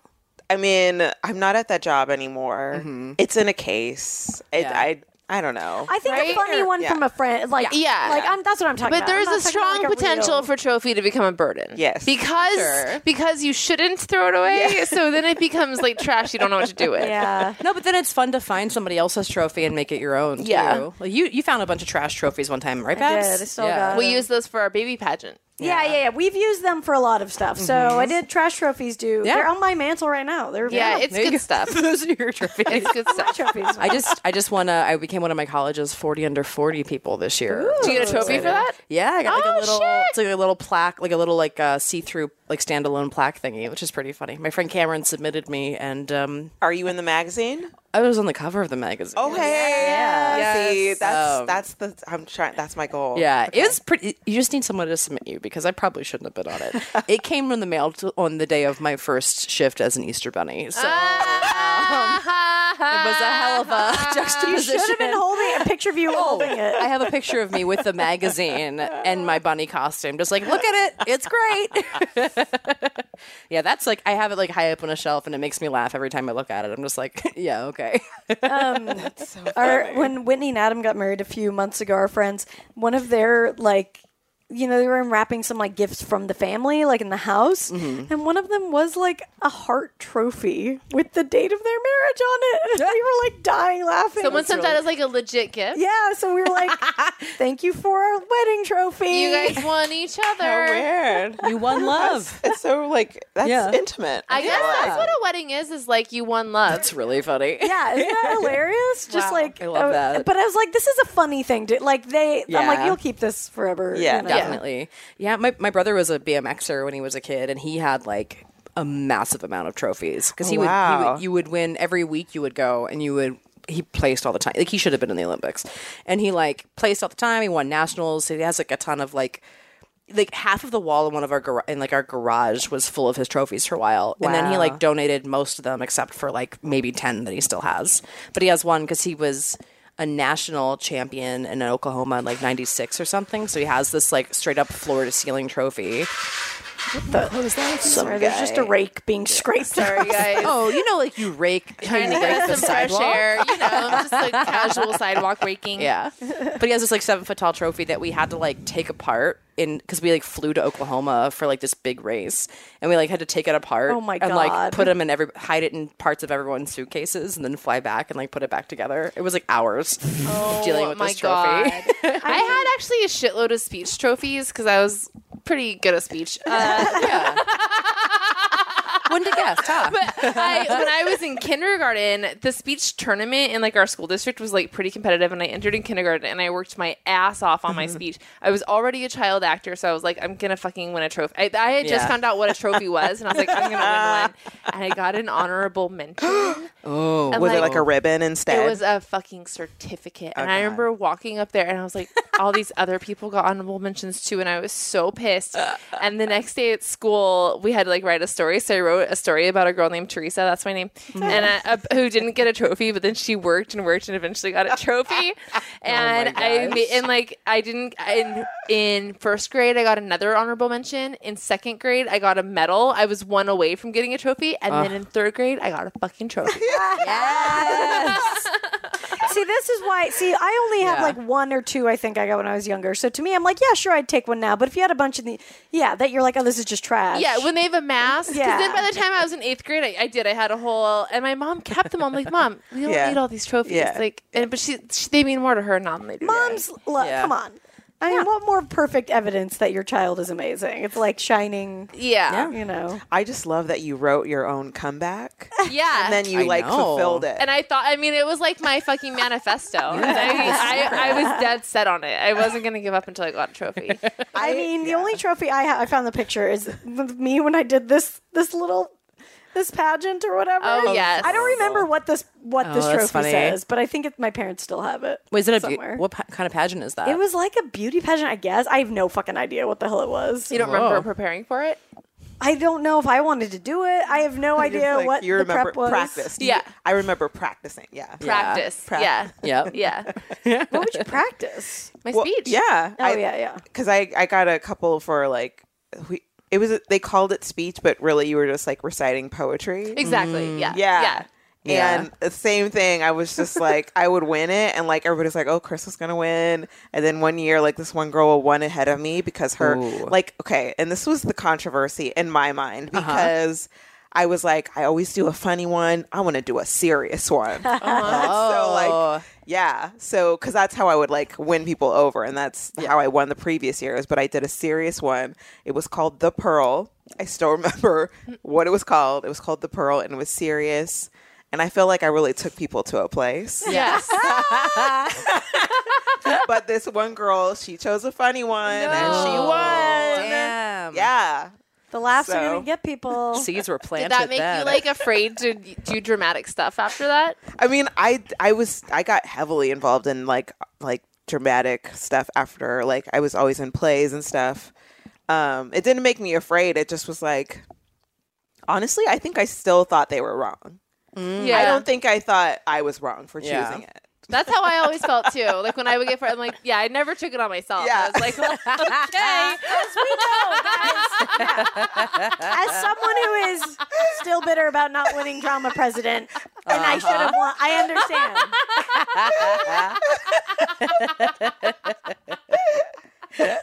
Speaker 6: I mean, I'm not at that job anymore. It's in a case. It,
Speaker 3: Mm-hmm. Yeah.
Speaker 6: I I don't know.
Speaker 2: I think a
Speaker 4: Right?
Speaker 2: funny one
Speaker 6: Yeah.
Speaker 2: from a friend, like
Speaker 4: Yeah.
Speaker 2: like I'm, that's what I'm talking
Speaker 4: But
Speaker 2: about.
Speaker 4: there
Speaker 2: I'm
Speaker 4: is
Speaker 2: not
Speaker 4: a
Speaker 2: talking about,
Speaker 4: strong
Speaker 2: like, a
Speaker 4: potential
Speaker 2: real-
Speaker 4: for trophy to become a burden.
Speaker 6: Yes.
Speaker 4: because
Speaker 3: Sure.
Speaker 4: because you shouldn't throw it away. So then it becomes like trash. You don't know what to do with.
Speaker 2: yeah.
Speaker 3: No, but then it's fun to find somebody else's trophy and make it your own.
Speaker 4: Yeah.
Speaker 3: too. Like, you you found a bunch of trash trophies one time, right, Babs?
Speaker 2: did. I still got
Speaker 4: We
Speaker 2: Um,
Speaker 4: use those for our baby pageant.
Speaker 2: Yeah, yeah, yeah. We've used them for a lot of stuff. So I did trash trophies do.
Speaker 3: Yeah.
Speaker 2: They're on my mantle right now. They're
Speaker 4: Mm-hmm. Yeah, it's
Speaker 3: There you
Speaker 4: good
Speaker 3: go.
Speaker 4: stuff.
Speaker 3: Those are your trophies.
Speaker 4: It's good stuff.
Speaker 2: trophies.
Speaker 3: I just I just wanna I became one of my college's forty under forty people this year.
Speaker 4: Do you get a trophy for that?
Speaker 3: Yeah, I got like
Speaker 4: Oh,
Speaker 3: a little,
Speaker 4: shit.
Speaker 3: it's like a little plaque, like a little like uh, see-through, like standalone plaque thingy, which is pretty funny. My friend Cameron submitted me, and um,
Speaker 6: Are you in the magazine?
Speaker 3: I was on the cover of the magazine.
Speaker 6: Oh hey,
Speaker 3: Yes.
Speaker 6: see
Speaker 3: Yes.
Speaker 6: that's
Speaker 3: Um,
Speaker 6: that's the I'm trying. That's my goal.
Speaker 3: Yeah, it was pretty. You just need someone to submit you because I probably shouldn't have been on it. it came in the mail to, on the day of my first shift as an Easter bunny. So
Speaker 4: Ah, ha,
Speaker 3: um, was a hell of a juxtaposition.
Speaker 2: Should have been holding a picture of you holding it.
Speaker 3: I have a picture of me with the magazine and my bunny costume. Just like, look at it. It's great. yeah, that's like, I have it like high up on a shelf and it makes me laugh every time I look at it. I'm just like, yeah, okay.
Speaker 2: our when Whitney and Adam got married a few months ago, our friends, one of their like you know, they were unwrapping some like gifts from the family, like in the house.
Speaker 4: Mm-hmm.
Speaker 2: And one of them was like a heart trophy with the date of their marriage on it. we were like dying laughing.
Speaker 4: Someone
Speaker 2: It's
Speaker 4: sent
Speaker 2: really-
Speaker 4: that as like a legit gift.
Speaker 2: Yeah, so we were like, thank you for our wedding trophy.
Speaker 4: You guys won each
Speaker 6: How
Speaker 4: other.
Speaker 6: weird.
Speaker 3: You won love.
Speaker 6: It's so like that's
Speaker 3: Yeah.
Speaker 6: intimate.
Speaker 4: I guess that's what a wedding is, is like you won love.
Speaker 3: It's really funny.
Speaker 2: Yeah, isn't that hilarious? Just
Speaker 4: Wow.
Speaker 2: like
Speaker 3: I love
Speaker 2: uh,
Speaker 3: that.
Speaker 2: But I was like, this is a funny thing. To, like they, I'm like,
Speaker 3: Yeah.
Speaker 2: you'll keep this forever.
Speaker 6: Yeah,
Speaker 2: you know?
Speaker 4: Yeah.
Speaker 3: Definitely. Yeah, my, my brother was a BMXer when he was a kid, and he had like a massive amount of trophies because he, would- he
Speaker 6: Wow.
Speaker 3: would you would win every week. You would go and you would he placed all the time. Like he should have been in the Olympics, and he like placed all the time. He won nationals. So he has like a ton of like like half of the wall in one of our gar- in like our garage was full of his trophies for a while, and then he Wow. like donated most of them except for like maybe ten that he still has. But he has one because he was a national champion in Oklahoma in like '96 or something. So he has this like straight up floor to ceiling trophy.
Speaker 2: Sorry, there's just a rake being scraped.
Speaker 4: Sorry, guys.
Speaker 3: Oh, you know, like you rake,
Speaker 4: Trying to get us some fresh air, you know, just like casual sidewalk waking.
Speaker 3: Yeah. But he has this like seven foot tall trophy that we had to like take apart in because we like flew to Oklahoma for like this big race and we like had to take it apart.
Speaker 2: Oh, my
Speaker 3: And like
Speaker 2: God.
Speaker 3: put them in every hide it in parts of everyone's suitcases and then fly back and like put it back together. It was like hours of dealing with
Speaker 4: my
Speaker 3: this trophy.
Speaker 4: God. I had actually a shitload of speech trophies because I was pretty good at speech. Uh,
Speaker 3: yeah. Wouldn't have guessed, huh?
Speaker 4: I, when I was in kindergarten, the speech tournament in like our school district was like pretty competitive, and I entered in kindergarten and I worked my ass off on my
Speaker 3: Mm-hmm.
Speaker 4: speech. I was already a child actor, so I was like, I'm gonna fucking win a trophy. I, I had just
Speaker 3: Yeah.
Speaker 4: found out what a trophy was, and I was like, I'm gonna win one, and I got an honorable mention.
Speaker 3: oh,
Speaker 4: And,
Speaker 6: was it like a ribbon instead?
Speaker 4: It was a fucking certificate. And I
Speaker 6: God.
Speaker 4: remember walking up there and I was like, all these other people got honorable mentions too. And I was so pissed. And the next day at school, we had to like write a story. So I wrote a story about a girl named Teresa. That's my name. And I, uh, who didn't get a trophy, but then she worked and worked and eventually got a trophy. And I made, and like, I didn't, in, in first grade, I got another honorable mention. In second grade, I got a medal. I was one away from getting a trophy. And then in third grade, I got a fucking trophy.
Speaker 2: see, this is why. See, I only have
Speaker 3: Yeah.
Speaker 2: like one or two. I think I got when I was younger. So to me, I'm like, yeah, sure, I'd take one now. But if you had a bunch of the, yeah, that you're like, oh, this is just trash.
Speaker 4: Yeah, when they have a mask. Because
Speaker 2: Yeah.
Speaker 4: then by the time I was in eighth grade, I, I did. I had a whole, and my mom kept them. I'm like, mom, we don't
Speaker 6: Yeah.
Speaker 4: need all these trophies.
Speaker 6: Yeah.
Speaker 4: Like, and but she, she, they mean more to her now than they do. to me.
Speaker 2: moms, look,
Speaker 3: Yeah.
Speaker 2: come on. I mean, what more perfect evidence that your child is amazing? It's like shining.
Speaker 4: Yeah,
Speaker 2: You know,
Speaker 6: I just love that you wrote your own comeback
Speaker 4: yeah. yeah.
Speaker 6: and then you
Speaker 3: I
Speaker 6: like
Speaker 3: know.
Speaker 6: fulfilled it.
Speaker 4: And I thought, I mean, it was like my fucking manifesto. I, I, I was dead set on it. I wasn't going to give up until I got a trophy.
Speaker 2: I, mean, the only trophy I ha- I found the picture is with me when I did this this little this pageant or whatever.
Speaker 4: Oh, yes.
Speaker 2: I don't remember what this what
Speaker 3: Oh,
Speaker 2: this
Speaker 3: that's
Speaker 2: trophy
Speaker 3: funny.
Speaker 2: says, but I think it, my parents still have it.
Speaker 3: Was it a be-
Speaker 2: somewhere?
Speaker 3: what pa- kind of pageant is that?
Speaker 2: It was like a beauty pageant, I guess. I have no fucking idea what the hell it was.
Speaker 4: You don't remember preparing for it?
Speaker 2: I don't know if I wanted to do it. I have no
Speaker 6: You're
Speaker 2: idea
Speaker 6: like,
Speaker 2: what
Speaker 6: you
Speaker 2: the
Speaker 6: remember
Speaker 2: prep was.
Speaker 6: practice. You-
Speaker 4: Yeah.
Speaker 6: I remember practicing. Yeah.
Speaker 4: Practice.
Speaker 6: Prac-
Speaker 4: Yeah.
Speaker 3: Yep.
Speaker 4: Yeah.
Speaker 2: What would you practice?
Speaker 4: My
Speaker 6: Well,
Speaker 4: speech.
Speaker 6: Yeah.
Speaker 2: Oh yeah, yeah.
Speaker 6: Because I, I got a couple for like we, it was they called it speech, but really you were just like reciting poetry.
Speaker 4: Exactly. Yeah.
Speaker 6: Yeah.
Speaker 4: Yeah.
Speaker 3: Yeah.
Speaker 6: And the same thing. I was just like, I would win it, and like everybody's like, "Oh, Crystal's gonna win." And then one year, like this one girl won ahead of me because her,
Speaker 3: Ooh. Uh-huh.
Speaker 6: like, okay. And this was the controversy in my mind because I was like, I always do a funny one. I want to do a serious one. so
Speaker 3: Oh.
Speaker 6: like, yeah. So because that's how I would like win people over, and that's how I won the previous years. But I did a serious one. It was called The Pearl. I still remember what it was called. It was called The Pearl, and it was serious. And I feel like I really took people to a place.
Speaker 4: Yes.
Speaker 6: But this one girl, she chose a funny one, and she
Speaker 4: No.
Speaker 6: won.
Speaker 3: Damn.
Speaker 6: Yeah.
Speaker 2: The laughs are
Speaker 6: So-
Speaker 2: gonna get people.
Speaker 3: Seeds were planted.
Speaker 4: Did that make
Speaker 3: then.
Speaker 4: you like afraid to do dramatic stuff after that?
Speaker 6: I mean, I I was I got heavily involved in like like dramatic stuff after like I was always in plays and stuff. Um, it didn't make me afraid. It just was like, honestly, I think I still thought they were wrong.
Speaker 4: Yeah.
Speaker 6: I don't think I thought I was wrong for choosing
Speaker 3: Yeah.
Speaker 6: it.
Speaker 4: That's how I always felt too. Like when I would get for, I'm like, yeah, I never took it on myself.
Speaker 6: Yeah.
Speaker 4: I was like, okay,
Speaker 2: As someone who is still bitter about not winning drama president, and I should
Speaker 6: Uh-huh.
Speaker 2: have won, I understand.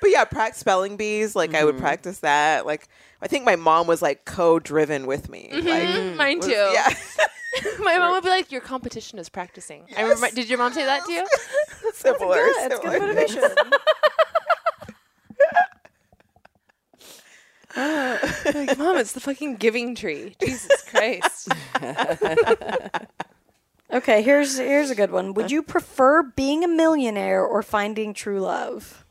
Speaker 6: But yeah, practice spelling bees. Like I would
Speaker 4: Mm-hmm.
Speaker 6: practice that. Like I think my mom was like co-driven with me.
Speaker 4: Mm-hmm.
Speaker 6: Like
Speaker 4: mine
Speaker 6: was-
Speaker 4: too.
Speaker 6: yeah.
Speaker 4: My mom would be like, your competition is practicing. I remember. Did your mom say that to you?
Speaker 6: similar.
Speaker 2: Yeah, it's
Speaker 6: similar.
Speaker 2: good motivation.
Speaker 4: Like, mom, it's the fucking giving tree. Jesus Christ.
Speaker 2: Okay, here's here's a good one.
Speaker 6: Uh.
Speaker 2: Would you prefer being a millionaire or finding true love?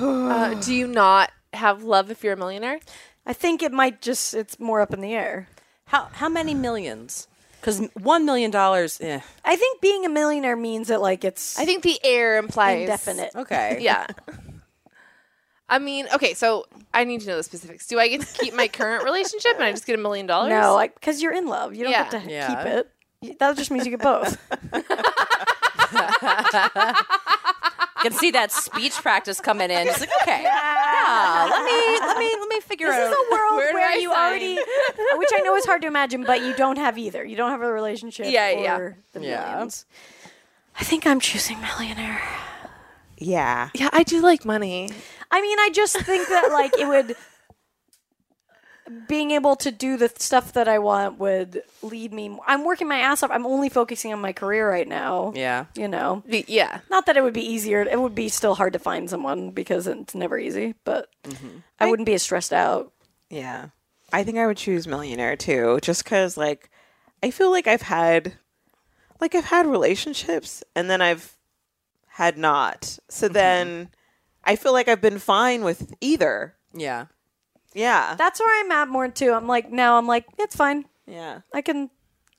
Speaker 4: Uh, do you not have love if you're a millionaire?
Speaker 2: I think it might just it's more up in the air.
Speaker 3: How how many millions? Because one million dollars. Eh,
Speaker 2: I think being a millionaire means that like it's
Speaker 4: I think the air implies
Speaker 2: indefinite.
Speaker 3: okay.
Speaker 4: Yeah. I mean, okay, so I need to know the specifics. Do I get to keep my current relationship and I just get a million dollars?
Speaker 2: No, like because you're in love, you don't
Speaker 4: Yeah.
Speaker 2: have to
Speaker 3: Yeah.
Speaker 2: keep it. Y- That just means you get both.
Speaker 3: You can see that speech practice coming in. It's like, okay, yeah, let me let me let me figure
Speaker 2: this is
Speaker 3: out.
Speaker 2: a world
Speaker 4: Where
Speaker 2: where,
Speaker 4: do I
Speaker 2: you
Speaker 4: sign?
Speaker 2: already, which I know is hard to imagine, but you don't have either. You don't have a relationship.
Speaker 4: Yeah, yeah.
Speaker 2: or The
Speaker 3: Yeah.
Speaker 2: millions. I think I'm choosing millionaire.
Speaker 6: Yeah.
Speaker 4: Yeah, I do like money.
Speaker 2: I mean, I just think that like it would being able to do the stuff that I want would lead me. I'm working my ass off. I'm only focusing on my career right now.
Speaker 3: yeah.
Speaker 2: You know,
Speaker 4: The- yeah.
Speaker 2: not that it would be easier. It would be still hard to find someone because it's never easy. But I wouldn't be as stressed out.
Speaker 6: Yeah. I think I would choose millionaire too, just because like I feel like I've had like I've had relationships and then I've had not. So
Speaker 2: Mm-hmm.
Speaker 6: then I feel like I've been fine with either.
Speaker 3: Yeah.
Speaker 6: Yeah.
Speaker 2: That's where I'm at more too. I'm like now I'm like it's fine.
Speaker 6: yeah.
Speaker 2: I can.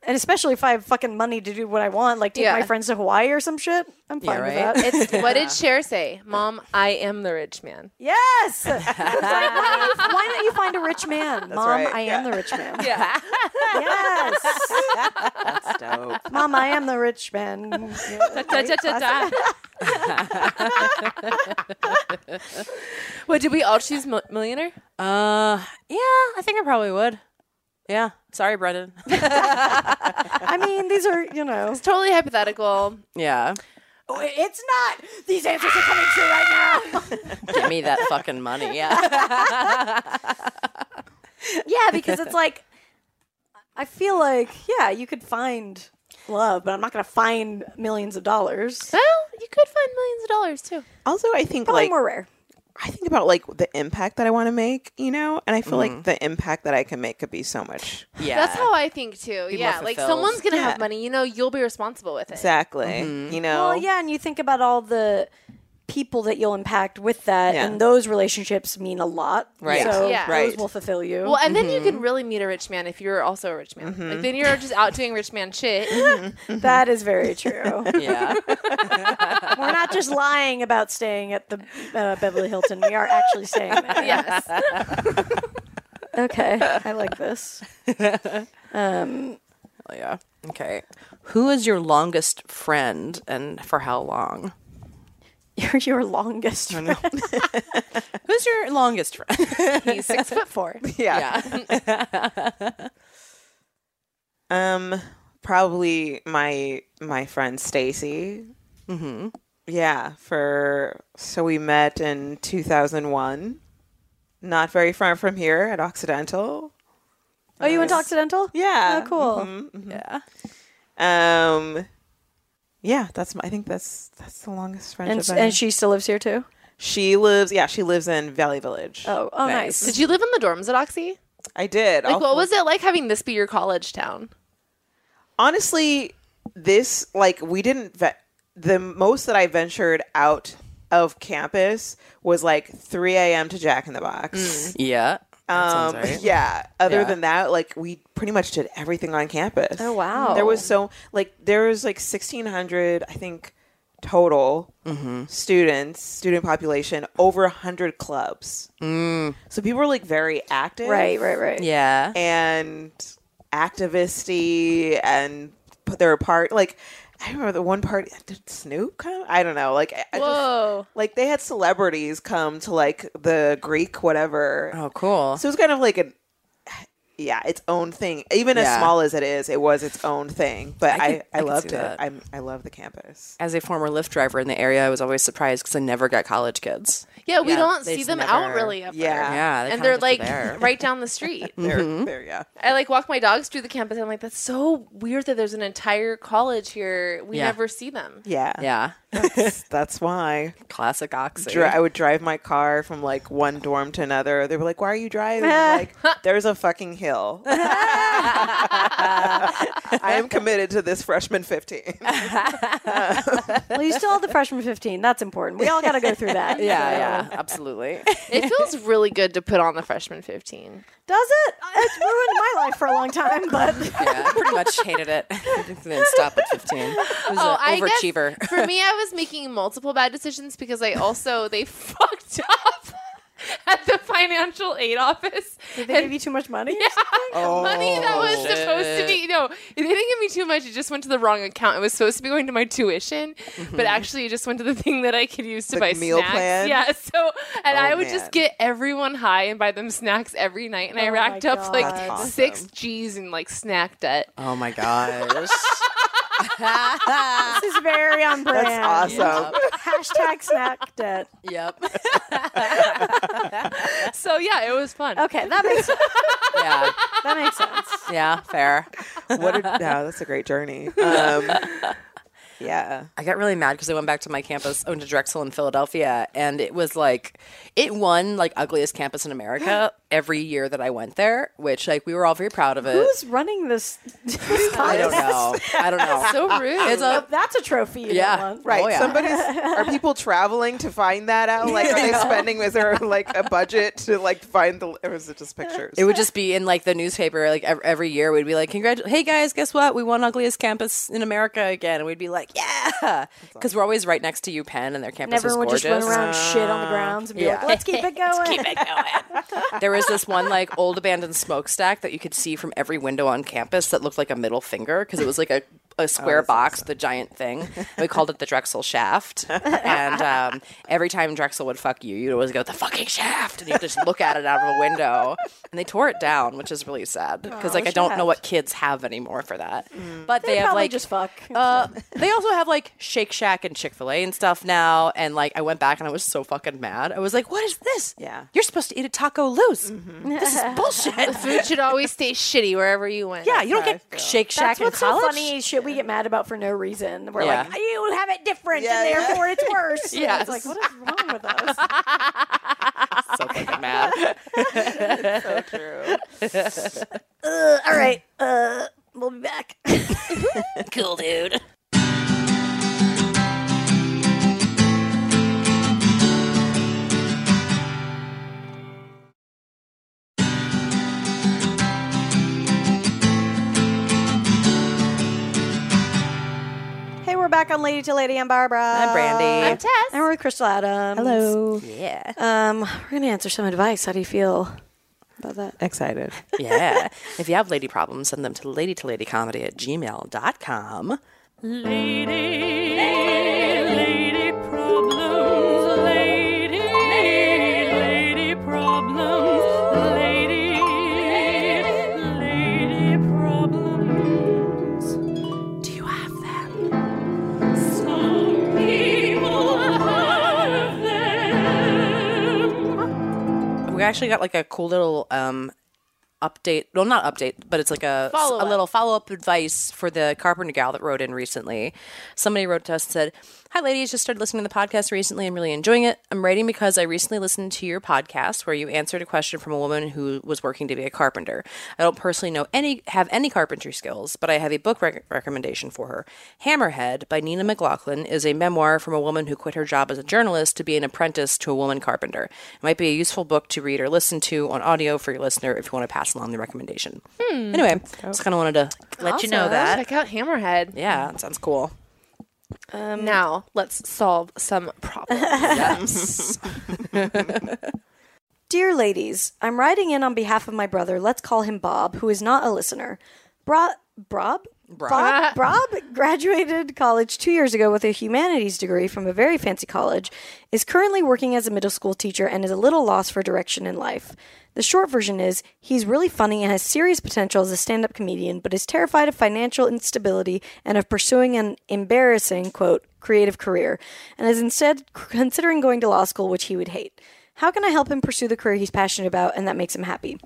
Speaker 2: And especially if I have fucking money to do what I want, like take
Speaker 4: Yeah.
Speaker 2: my friends to Hawaii or some shit, I'm fine
Speaker 3: right?
Speaker 2: with that.
Speaker 4: It's what did Cher say? Mom, I am the rich man.
Speaker 2: Yes. I was like, why, don't you, why don't you find a rich man, Mom?
Speaker 6: right,
Speaker 2: I am
Speaker 6: yeah.
Speaker 2: the rich man.
Speaker 4: Yeah.
Speaker 2: Yes,
Speaker 6: That's dope.
Speaker 2: Mom, I am the rich man.
Speaker 4: Da, da, da, da. Wait, did we all choose mil- millionaire?
Speaker 3: Uh, yeah. I think I probably would. Yeah. Sorry, Brendan.
Speaker 2: I mean, these are you know.
Speaker 4: It's totally hypothetical.
Speaker 3: yeah.
Speaker 2: It's not. These answers are coming true right now.
Speaker 3: Give me that fucking money. Yeah.
Speaker 2: yeah, because it's like I feel like yeah, you could find love, but I'm not gonna find millions of dollars.
Speaker 4: Well, you could find millions of dollars too.
Speaker 6: Also, I think
Speaker 2: Probably
Speaker 6: like
Speaker 2: more rare.
Speaker 6: I think about like the impact that I want to make, you know, and I feel
Speaker 2: Mm-hmm.
Speaker 6: like the impact that I can make could be so much.
Speaker 3: Yeah.
Speaker 4: That's how I think too.
Speaker 3: Be more
Speaker 4: yeah, like
Speaker 3: fulfilled.
Speaker 4: someone's gonna
Speaker 6: Yeah.
Speaker 4: have money. You know, you'll be responsible with it.
Speaker 6: Exactly. You know.
Speaker 2: Mm-hmm. Well, yeah, and you think about all the people that you'll impact with that,
Speaker 6: Yeah.
Speaker 2: and those relationships mean a lot.
Speaker 3: Right.
Speaker 2: So
Speaker 4: Yeah.
Speaker 2: those
Speaker 6: Right.
Speaker 2: will fulfill you.
Speaker 4: Well, and then
Speaker 3: Mm-hmm.
Speaker 4: you can really meet a rich man if you're also a rich man. Like then you're just out doing rich man shit.
Speaker 3: Mm-hmm.
Speaker 2: that is very true.
Speaker 3: Yeah.
Speaker 2: We're not just lying about staying at the uh, Beverly Hilton. We are actually staying there.
Speaker 4: yes.
Speaker 2: Okay, I like this. Um,
Speaker 3: Oh, yeah. Okay. Who is your longest friend, and for how long?
Speaker 2: you're your longest. friend.
Speaker 3: Who's your longest friend?
Speaker 4: He's six foot four.
Speaker 6: yeah.
Speaker 3: yeah.
Speaker 6: Um, probably my my friend Stacy. Mm-hmm. Yeah, for so we met in two thousand one, not very far from here at Occidental.
Speaker 2: Oh, you went to Occidental?
Speaker 6: Yeah,
Speaker 2: Oh, cool.
Speaker 3: Yeah.
Speaker 6: Um, yeah, that's my, I think that's that's the longest friendship.
Speaker 2: And
Speaker 6: I
Speaker 2: and
Speaker 6: have.
Speaker 2: she still lives here too.
Speaker 6: she lives. Yeah, she lives in Valley Village.
Speaker 2: Oh, oh, nice.
Speaker 4: Did you live in the dorms at Oxy?
Speaker 6: I did.
Speaker 4: Like,
Speaker 6: I'll-
Speaker 4: what was it like having this be your college town?
Speaker 6: honestly, this like we didn't ve- the most that I ventured out of campus was like 3 a.m. to Jack in the Box.
Speaker 3: Yeah. That Mm, sounds
Speaker 6: Um,
Speaker 3: right.
Speaker 6: Yeah. Other
Speaker 3: Yeah.
Speaker 6: than that, like we pretty much did everything on campus.
Speaker 2: Oh, wow.
Speaker 6: There was so like there was like 1,600, I think, total students, student population, over 100 clubs. So people were like very active.
Speaker 2: Right, right, right.
Speaker 3: Yeah.
Speaker 6: and activisty and put their part like I remember the one part did Snoop come? I don't know. Like I- I just-
Speaker 4: Whoa.
Speaker 6: like they had celebrities come to like the Greek whatever.
Speaker 3: Oh, cool.
Speaker 6: So it was kind of like an yeah, its own thing. Even as
Speaker 3: Yeah.
Speaker 6: small as it is, it was its own thing. But
Speaker 3: I
Speaker 6: I,
Speaker 3: could-
Speaker 6: I,
Speaker 3: I could
Speaker 6: loved
Speaker 3: see
Speaker 6: it.
Speaker 3: that.
Speaker 6: I'm, I love the campus.
Speaker 3: As a former Lyft driver in the area, I was always surprised because I never got college kids.
Speaker 4: Yeah, we
Speaker 3: Yeah,
Speaker 4: don't
Speaker 3: they
Speaker 4: see
Speaker 3: just
Speaker 4: them
Speaker 3: never-
Speaker 4: out really up
Speaker 6: Yeah.
Speaker 4: there.
Speaker 3: Yeah, they
Speaker 4: and
Speaker 3: kinda
Speaker 4: they're
Speaker 3: just are
Speaker 4: like
Speaker 3: there.
Speaker 4: right down the street.
Speaker 6: There,
Speaker 3: Mm-hmm.
Speaker 6: there, yeah.
Speaker 4: I like walk my dogs through the campus. I'm like, that's so weird that there's an entire college here. We
Speaker 3: Yeah.
Speaker 4: never see them.
Speaker 6: Yeah.
Speaker 3: Yeah,
Speaker 6: That's, that's why.
Speaker 3: classic Oxy.
Speaker 6: dri- I would drive my car from like one dorm to another. They were like, "Why are you driving?" I'm like, there's a fucking hill. I am committed to this freshman 15.
Speaker 2: Well, you still have the freshman 15. That's important. We all got to go through that.
Speaker 3: yeah,
Speaker 2: So-
Speaker 3: yeah, absolutely.
Speaker 4: It feels really good to put on the freshman 15.
Speaker 2: Does it? Uh, It's ruined my life for a long time, but
Speaker 3: yeah, I pretty much hated it. then stop at fifteen. It was
Speaker 4: Oh, I
Speaker 3: an
Speaker 4: guess
Speaker 3: overachiever.
Speaker 4: for me, I was making multiple bad decisions because I also they fucked up at the financial aid office.
Speaker 2: they gave you too much money. Yeah.
Speaker 4: money that was supposed to be no they didn't give me too much it just went to the wrong account it was supposed to be going to my tuition but actually it just went to the thing that i could use to
Speaker 6: The
Speaker 4: buy
Speaker 6: meal
Speaker 4: snacks
Speaker 6: plan?
Speaker 4: yeah so and
Speaker 6: Oh,
Speaker 4: i would
Speaker 6: man.
Speaker 4: just get everyone high and buy them snacks every night and i
Speaker 2: Oh, my
Speaker 4: racked up
Speaker 2: God.
Speaker 4: like
Speaker 2: That's
Speaker 6: awesome. Uh,
Speaker 4: six g's in like snack debt
Speaker 3: oh my gosh.
Speaker 2: This is very on brand.
Speaker 6: That's awesome.
Speaker 2: Hashtag snack debt.
Speaker 3: yep.
Speaker 4: so yeah it was fun
Speaker 2: Okay, that makes
Speaker 3: Yeah.
Speaker 2: that makes sense.
Speaker 3: Yeah. Fair.
Speaker 6: What? A, no, that's a great journey. Um, yeah.
Speaker 3: I got really mad because I went back to my campus, owned a Drexel in Philadelphia, and it was like it won like ugliest campus in America every year that I went there, which like we were all very proud of it.
Speaker 2: Who's running this?
Speaker 3: I don't know. I don't know.
Speaker 4: so rude
Speaker 3: it's a
Speaker 2: That's a trophy. You
Speaker 3: Yeah.
Speaker 2: Don't want.
Speaker 6: Right.
Speaker 3: Oh, yeah.
Speaker 6: Somebody's. Are people traveling to find that out? Like, are they spending? Is there like a budget to like find the? Or is it just pictures?
Speaker 3: It would just be in like the newspaper, like ev- every year we'd be like, "Congratulations, hey guys, guess what? We won ugliest campus in America again." And we'd be like, "Yeah," because we're always right next to UPenn, and their
Speaker 2: And
Speaker 3: campus is
Speaker 2: everyone would
Speaker 3: gorgeous.
Speaker 2: just run around shit on the grounds and be
Speaker 3: yeah.
Speaker 2: like, "Let's keep it going."
Speaker 3: there was this one like old abandoned smokestack that you could see from every window on campus that looked like a middle finger because it was like a, a square box, the giant thing. We called it the Drexel Shaft. And um, every time Drexel would fuck you, you'd always go, the fucking shaft. And you'd just look at it out of a window. And they tore it down, which is really sad because like I don't know what kids have anymore for that. But they,
Speaker 2: They
Speaker 3: have
Speaker 2: probably
Speaker 3: like
Speaker 2: just fuck.
Speaker 3: uh, they also have like Shake Shack and Chick Fil A and stuff now. And like, I went back and I was so fucking mad. I was like, "What is this?
Speaker 6: Yeah.
Speaker 3: you're supposed to eat a taco loose.
Speaker 2: Mm-hmm.
Speaker 3: This is bullshit."
Speaker 4: food should always stay shitty wherever you went
Speaker 3: yeah, you don't get
Speaker 6: I feel.
Speaker 3: Shake Shack
Speaker 2: That's
Speaker 3: in
Speaker 2: what's
Speaker 3: college.
Speaker 2: so funny is shit we get mad about for no reason. We're
Speaker 3: Yeah.
Speaker 2: like, you have it different,
Speaker 6: Yeah,
Speaker 2: and
Speaker 6: yeah.
Speaker 2: therefore it's worse. And
Speaker 3: Yes.
Speaker 2: It's like, what is wrong with us?
Speaker 3: So fucking mad.
Speaker 6: so true.
Speaker 2: Uh, all right, uh, we'll be back.
Speaker 3: cool, dude.
Speaker 2: hey, we're back on Lady to Lady. I'm Barbara.
Speaker 3: I'm Brandy.
Speaker 4: tess
Speaker 2: And we're with Crystal Adams. Hello. Yeah. Um, we're gonna answer some advice. How do you feel about that?
Speaker 6: Excited.
Speaker 3: yeah. If you have lady problems, send them to lady to lady comedy at gmail.com. We actually got like a cool little um, update. Well, not update, but it's like a
Speaker 4: Follow-up.
Speaker 3: a little follow up advice for the carpenter gal that wrote in recently. Somebody wrote to us and said, "Hi, ladies. Just started listening to the podcast recently. I'm really enjoying it. I'm writing because I recently listened to your podcast where you answered a question from a woman who was working to be a carpenter. I don't personally know any have any carpentry skills, but I have a book rec- recommendation for her. Hammerhead by Nina McLaughlin is a memoir from a woman who quit her job as a journalist to be an apprentice to a woman carpenter. It might be a useful book to read or listen to on audio for your listener if you want to pass along the recommendation. Hmm. Anyway, just kind of wanted to let you know that.
Speaker 4: check out hammerhead
Speaker 3: Yeah, it sounds cool.
Speaker 4: Um, now let's solve some problems.
Speaker 3: Yes.
Speaker 2: Dear ladies, I'm writing in on behalf of my brother, let's call him Bob, who is not a listener. Bro- Brob? Bob, Brob graduated college two years ago with a humanities degree from a very fancy college, is currently working as a middle school teacher, and is a little lost for direction in life. The short version is he's really funny and has serious potential as a stand up comedian, but is terrified of financial instability and of pursuing an embarrassing, quote, creative career, and is instead c- considering going to law school, which he would hate. How can I help him pursue the career he's passionate about and that makes him happy?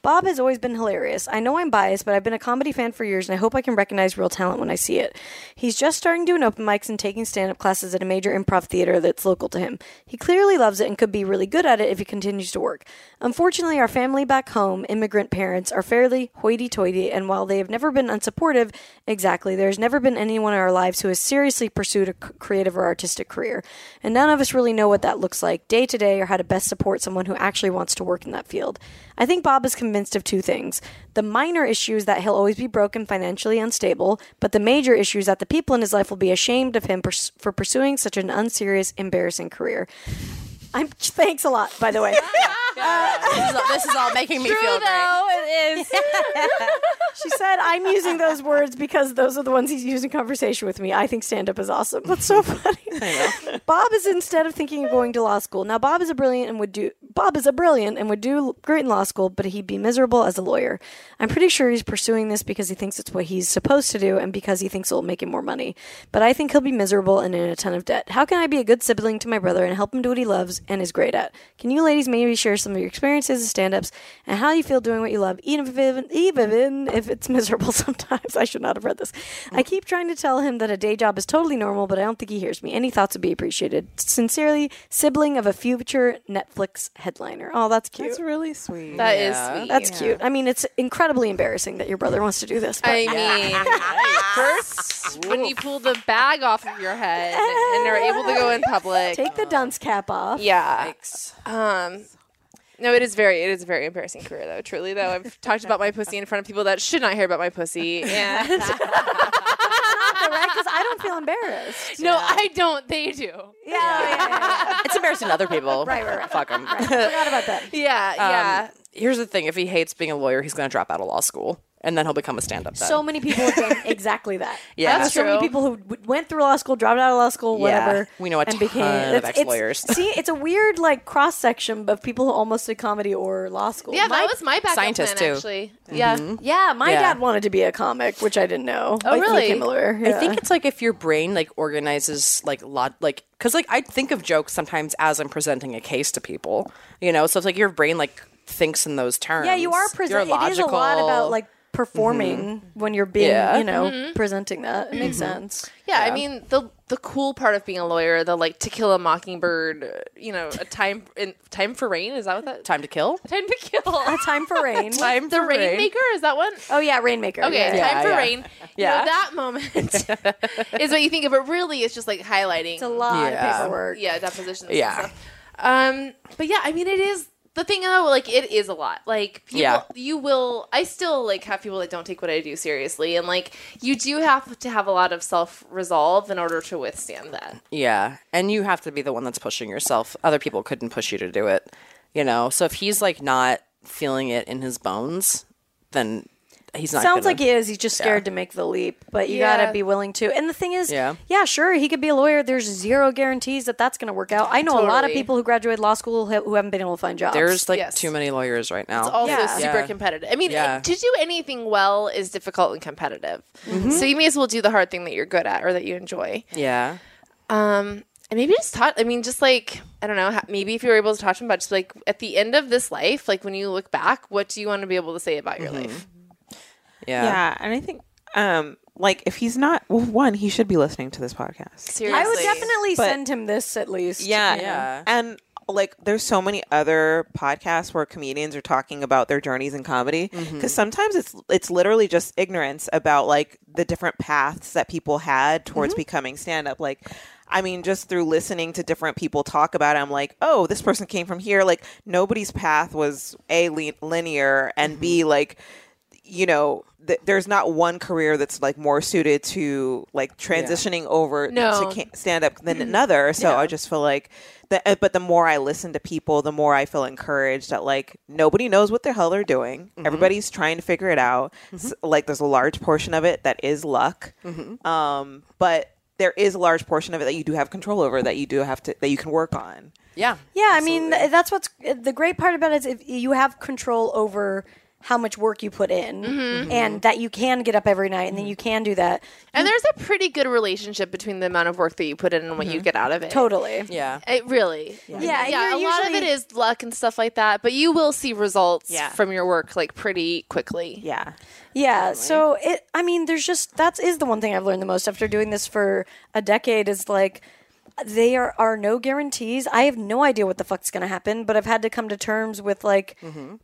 Speaker 2: Bob has always been hilarious. I know I'm biased, but I've been a comedy fan for years and I hope I can recognize real talent when I see it. He's just starting doing open mics and taking stand up classes at a major improv theater that's local to him. He clearly loves it and could be really good at it if he continues to work. Unfortunately, our family back home, immigrant parents, are fairly hoity toity, and while they have never been unsupportive, exactly, there's never been anyone in our lives who has seriously pursued a c- creative or artistic career. And none of us really know what that looks like day to day or how to best support someone who actually wants to work in that field. I think Bob is convinced of two things. The minor issue is that he'll always be broken, financially unstable, but the major issue is that the people in his life will be ashamed of him pers- for pursuing such an unserious, embarrassing career. I'm thanks a lot, by the way.
Speaker 3: this, is all, this is all making me feel great.
Speaker 4: it is.
Speaker 2: She said, I'm using those words because those are the ones he's used in conversation with me. I think stand up is awesome. That's so funny. Bob is instead of thinking of going to law school. Now Bob is a brilliant and would do Bob is a brilliant and would do great in law school, but he'd be miserable as a lawyer. I'm pretty sure he's pursuing this because he thinks it's what he's supposed to do and because he thinks it'll make him more money. But I think he'll be miserable and in a ton of debt. How can I be a good sibling to my brother and help him do what he loves and is great at? Can you ladies maybe share some of your experiences as stand ups and how you feel doing what you love, even if, even if it's miserable sometimes? I should not have read this. I keep trying to tell him that a day job is totally normal, but I don't think he hears me. Any thoughts would be appreciated. Sincerely, sibling of a future Netflix headliner. Oh, that's cute.
Speaker 6: It's really sweet.
Speaker 4: That is
Speaker 3: Yeah.
Speaker 4: sweet.
Speaker 2: That's cute. I mean, it's incredibly embarrassing that your brother wants to do this. But
Speaker 4: I mean, first when you pull the bag off of your head and are able to go in public.
Speaker 2: take the dunce cap off.
Speaker 4: yeah. Um, no, it is very, it is a very embarrassing career though. Truly though, I've talked about my pussy in front of people that should not hear about my pussy, and
Speaker 2: Because I don't feel embarrassed.
Speaker 4: no, I don't. They do. Um,
Speaker 2: Yeah, yeah, yeah,
Speaker 3: It's embarrassing to other people.
Speaker 2: Right, right, right.
Speaker 3: Fuck 'em. Um,
Speaker 2: yeah. Forgot about that.
Speaker 4: Yeah, yeah.
Speaker 3: Here's the thing: if he hates being a lawyer, he's going to drop out of law school, and then he'll become a stand-up. Then.
Speaker 2: So many people have done exactly that.
Speaker 3: Yeah.
Speaker 2: There are
Speaker 3: That's
Speaker 2: so many
Speaker 4: true.
Speaker 2: people who w- went through law school, dropped out of law school,
Speaker 3: Yeah.
Speaker 2: whatever.
Speaker 3: We know a
Speaker 2: and
Speaker 3: ton
Speaker 2: became,
Speaker 3: of
Speaker 2: it's- it's-
Speaker 3: ex-lawyers.
Speaker 2: See, it's a weird like cross section of people who almost did comedy or law school.
Speaker 4: Yeah,
Speaker 2: my,
Speaker 4: that was my backup
Speaker 3: Scientist,
Speaker 4: plan,
Speaker 3: too.
Speaker 4: actually. Yeah.
Speaker 2: yeah. My
Speaker 3: Yeah.
Speaker 2: dad wanted to be a comic, which I didn't know. Oh,
Speaker 4: really?
Speaker 3: I think it's like if your brain like organizes like lot like because like I think of jokes sometimes as I'm presenting a case to people, you know. So it's like your brain like thinks in those terms.
Speaker 2: yeah, you are
Speaker 3: You're
Speaker 2: presenting. It is a lot
Speaker 3: logical. Mm-hmm.
Speaker 2: about like performing when you're being,
Speaker 3: Yeah. Mm-hmm.
Speaker 2: you know, presenting that. It makes sense.
Speaker 4: Mm-hmm. Yeah, I mean the the cool part of being a lawyer, the like To Kill a Mockingbird, uh, you know, a time in Time for Rain is that what that
Speaker 3: time to kill.
Speaker 4: Time to Kill?
Speaker 2: A time for rain.
Speaker 3: Time
Speaker 4: the Rainmaker is that one?
Speaker 2: oh yeah, rainmaker.
Speaker 4: Okay,
Speaker 2: yeah.
Speaker 3: yeah.
Speaker 4: Time for
Speaker 3: yeah.
Speaker 4: Rain.
Speaker 3: Yeah.
Speaker 4: you know, that moment is what you think of, but really it's just like highlighting.
Speaker 2: It's a lot
Speaker 3: Yeah.
Speaker 2: of paperwork.
Speaker 4: yeah depositions
Speaker 3: Yeah.
Speaker 4: and stuff. um but yeah i mean it is the thing though like it is a lot like people,
Speaker 3: Yeah.
Speaker 4: you will i still like have people that don't take what i do seriously and like you do have to have a lot of self resolve in order to withstand that
Speaker 3: Yeah, and you have to be the one that's pushing yourself. Other people couldn't push you to do it, you know. So if he's like not feeling it in his bones, then he's not.
Speaker 2: Sounds
Speaker 3: gonna-
Speaker 2: like he is. He's just scared to make the leap, but you
Speaker 4: Yeah.
Speaker 2: gotta be willing to. And the thing is,
Speaker 3: Yeah.
Speaker 2: sure, he could be a lawyer. There's zero guarantees that that's gonna work out. I know a lot of
Speaker 4: Totally.
Speaker 2: people who graduated law school who who haven't been able to find jobs.
Speaker 3: There's like
Speaker 4: Yes.
Speaker 3: too many lawyers right now.
Speaker 4: also
Speaker 2: Yeah.
Speaker 4: super
Speaker 3: Yeah.
Speaker 4: competitive i mean
Speaker 3: Yeah.
Speaker 4: to do anything well is difficult and competitive
Speaker 3: Mm-hmm.
Speaker 4: so you may as well do the hard thing that you're good at or that you enjoy
Speaker 3: yeah.
Speaker 4: Um, and maybe just talk. I mean, just like I don't know. ha- Maybe if you were able to talk to him about just like at the end of this life, like when you look back, what do you want to be able to say about your life?
Speaker 3: yeah,
Speaker 6: yeah, and I think um like if he's not well, one, he should be listening to this podcast.
Speaker 4: Seriously,
Speaker 2: I would definitely
Speaker 6: But-
Speaker 2: send him this at least.
Speaker 6: Yeah.
Speaker 3: Yeah.
Speaker 6: And like there's so many other podcasts where comedians are talking about their journeys in comedy because sometimes it's it's literally just ignorance about like the different paths that people had towards becoming stand up like I mean just through listening to different people talk about it I'm like oh this person came from here like nobody's path was a li- linear and b like you know, th- there's not one career that's like more suited to like transitioning over
Speaker 4: No.
Speaker 6: to can- stand up than another. So I just feel like that. uh, But the more I listen to people, the more I feel encouraged that like nobody knows what the hell they're doing. Everybody's trying to figure it out. S- like there's a large portion of it that is luck. Um, but there is a large portion of it that you do have control over that you do have to that you can work on.
Speaker 3: Yeah.
Speaker 2: Yeah, I mean th- that's what's the great part about it is if you have control over how much work you put in
Speaker 4: Mm-hmm.
Speaker 3: Mm-hmm.
Speaker 2: and that you can get up every night and then you can do that.
Speaker 4: And there's a pretty good relationship between the amount of work that you put in and what you get out of it.
Speaker 2: Totally.
Speaker 3: Yeah.
Speaker 4: It really. Yeah.
Speaker 2: Yeah, and
Speaker 4: a
Speaker 2: you're
Speaker 4: lot of it
Speaker 2: usually-
Speaker 4: is luck and stuff like that, but you will see results
Speaker 3: Yeah.
Speaker 4: from your work like pretty quickly.
Speaker 6: Yeah.
Speaker 2: Yeah, so it I mean there's just that is the one thing I've learned the most after doing this for a decade is like there are no guarantees. I have no idea what the fuck's going to happen, but I've had to come to terms with like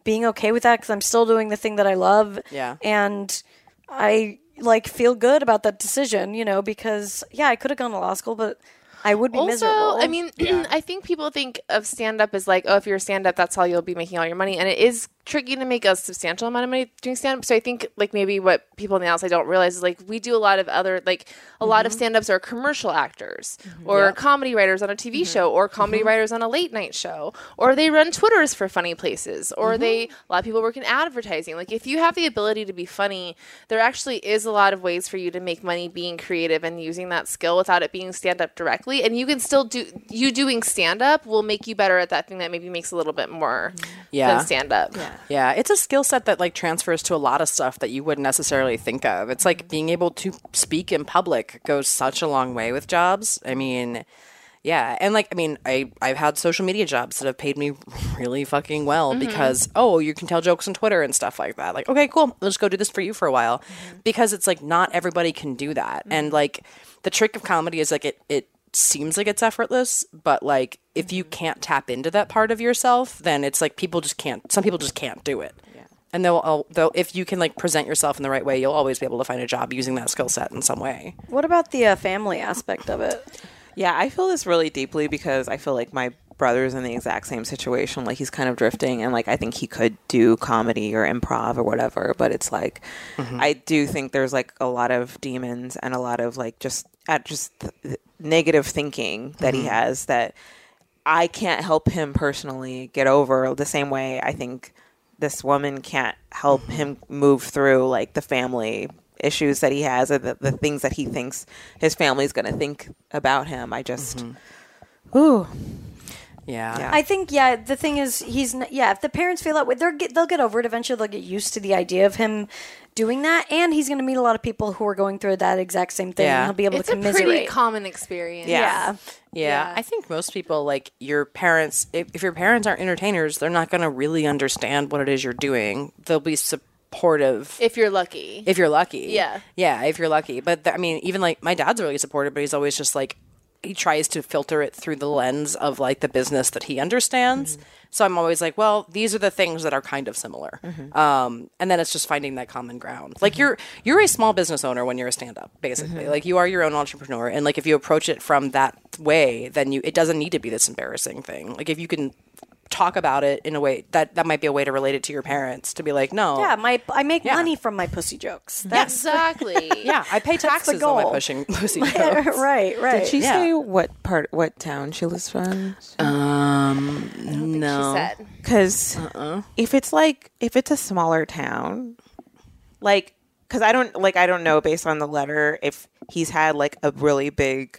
Speaker 2: being okay with that cuz I'm still doing the thing that I love.
Speaker 3: Yeah.
Speaker 2: And I like feel good about that decision, you know, because yeah, I could have gone to law school, but I would be
Speaker 4: also,
Speaker 2: miserable.
Speaker 4: I mean, I think people think of stand up as like, oh, if you're a stand up, that's how you'll be making all your money. And it is tricky to make a substantial amount of money doing stand up. So I think, like, maybe what people on the outside don't realize is like, we do a lot of other, like, a lot of
Speaker 2: Mm-hmm.
Speaker 4: stand ups are commercial actors or comedy writers on a TV
Speaker 2: Mm-hmm.
Speaker 4: show or comedy writers on a late night show or they run Twitters for funny places or
Speaker 2: Mm-hmm.
Speaker 4: they, a lot of people work in advertising. Like, if you have the ability to be funny, there actually is a lot of ways for you to make money being creative and using that skill without it being stand up directly. And you can still do you doing stand up will make you better at that thing that maybe makes a little bit more
Speaker 2: Mm-hmm.
Speaker 3: Yeah.
Speaker 4: than stand up.
Speaker 3: Yeah, it's a skill set that like transfers to a lot of stuff that you wouldn't necessarily think of. It's like being able to speak in public goes such a long way with jobs. I mean, yeah, and like I mean, I I've had social media jobs that have paid me really fucking well because oh, you can tell jokes on Twitter and stuff like that. Like, okay, cool, let's go do this for you for a while because it's like not everybody can do that. And like the trick of comedy is like it it seems like it's effortless, but like if you can't tap into that part of yourself, then it's like people just can't. Some people just can't do it. Yeah. And they'll, though, if you can like present yourself in the right way, you'll always be able to find a job using that skill set in some way.
Speaker 2: what about the uh, family aspect of it?
Speaker 6: Yeah, I feel this really deeply because I feel like my brother's in the exact same situation. Like he's kind of drifting, and like I think he could do comedy or improv or whatever, but it's like I do think there's like a lot of demons and a lot of like just at just th- th- negative thinking that he has that I can't help him personally get over the same way I think this woman can't help him move through like the family issues that he has or the, the things that he thinks his family's going to think about him. I just, ooh,
Speaker 3: Yeah.
Speaker 6: Yeah.
Speaker 2: I think yeah. The thing is, he's n- yeah. If the parents feel that way, they're get, they'll get over it eventually. They'll get used to the idea of him doing that, and he's going to meet a lot of people who are going through that exact same thing.
Speaker 3: Yeah.
Speaker 2: And he'll be able
Speaker 4: It's
Speaker 2: to
Speaker 4: a pretty
Speaker 2: commiserate.
Speaker 4: common experience.
Speaker 2: yeah.
Speaker 3: Yeah, I think most people like your parents. If, if your parents aren't entertainers, they're not going to really understand what it is you're doing. They'll be supportive
Speaker 4: If you're lucky.
Speaker 3: if you're lucky.
Speaker 4: Yeah.
Speaker 3: Yeah, if you're lucky. But th- I mean, even like my dad's really supportive, but he's always just like he tries to filter it through the lens of like the business that he
Speaker 4: Mm-hmm.
Speaker 3: understands. So I'm always like, well, these are the things that are kind of similar.
Speaker 4: Mm-hmm.
Speaker 3: Um, and then it's just finding that common ground. Like you're you're a small business owner when you're a stand up, basically.
Speaker 4: Mm-hmm.
Speaker 3: Like you are your own entrepreneur, and like if you approach it from that way, then you it doesn't need to be this embarrassing thing. Like if you can talk about it in a way that that might be a way to relate it to your parents to be like, no,
Speaker 2: Yeah, my I make
Speaker 3: Yeah.
Speaker 2: money from my pussy jokes. That's
Speaker 4: Exactly.
Speaker 3: yeah, I pay taxes on my
Speaker 2: goal.
Speaker 3: pushing pussy jokes.
Speaker 2: right, right.
Speaker 6: Did she
Speaker 3: Yeah.
Speaker 6: say what part, what town she lives from?
Speaker 3: Um,
Speaker 2: mm-hmm.
Speaker 3: no.
Speaker 4: She said.
Speaker 6: Because if it's like, if it's a smaller town, like, because I don't, like, I don't know based on the letter if he's had like a really big,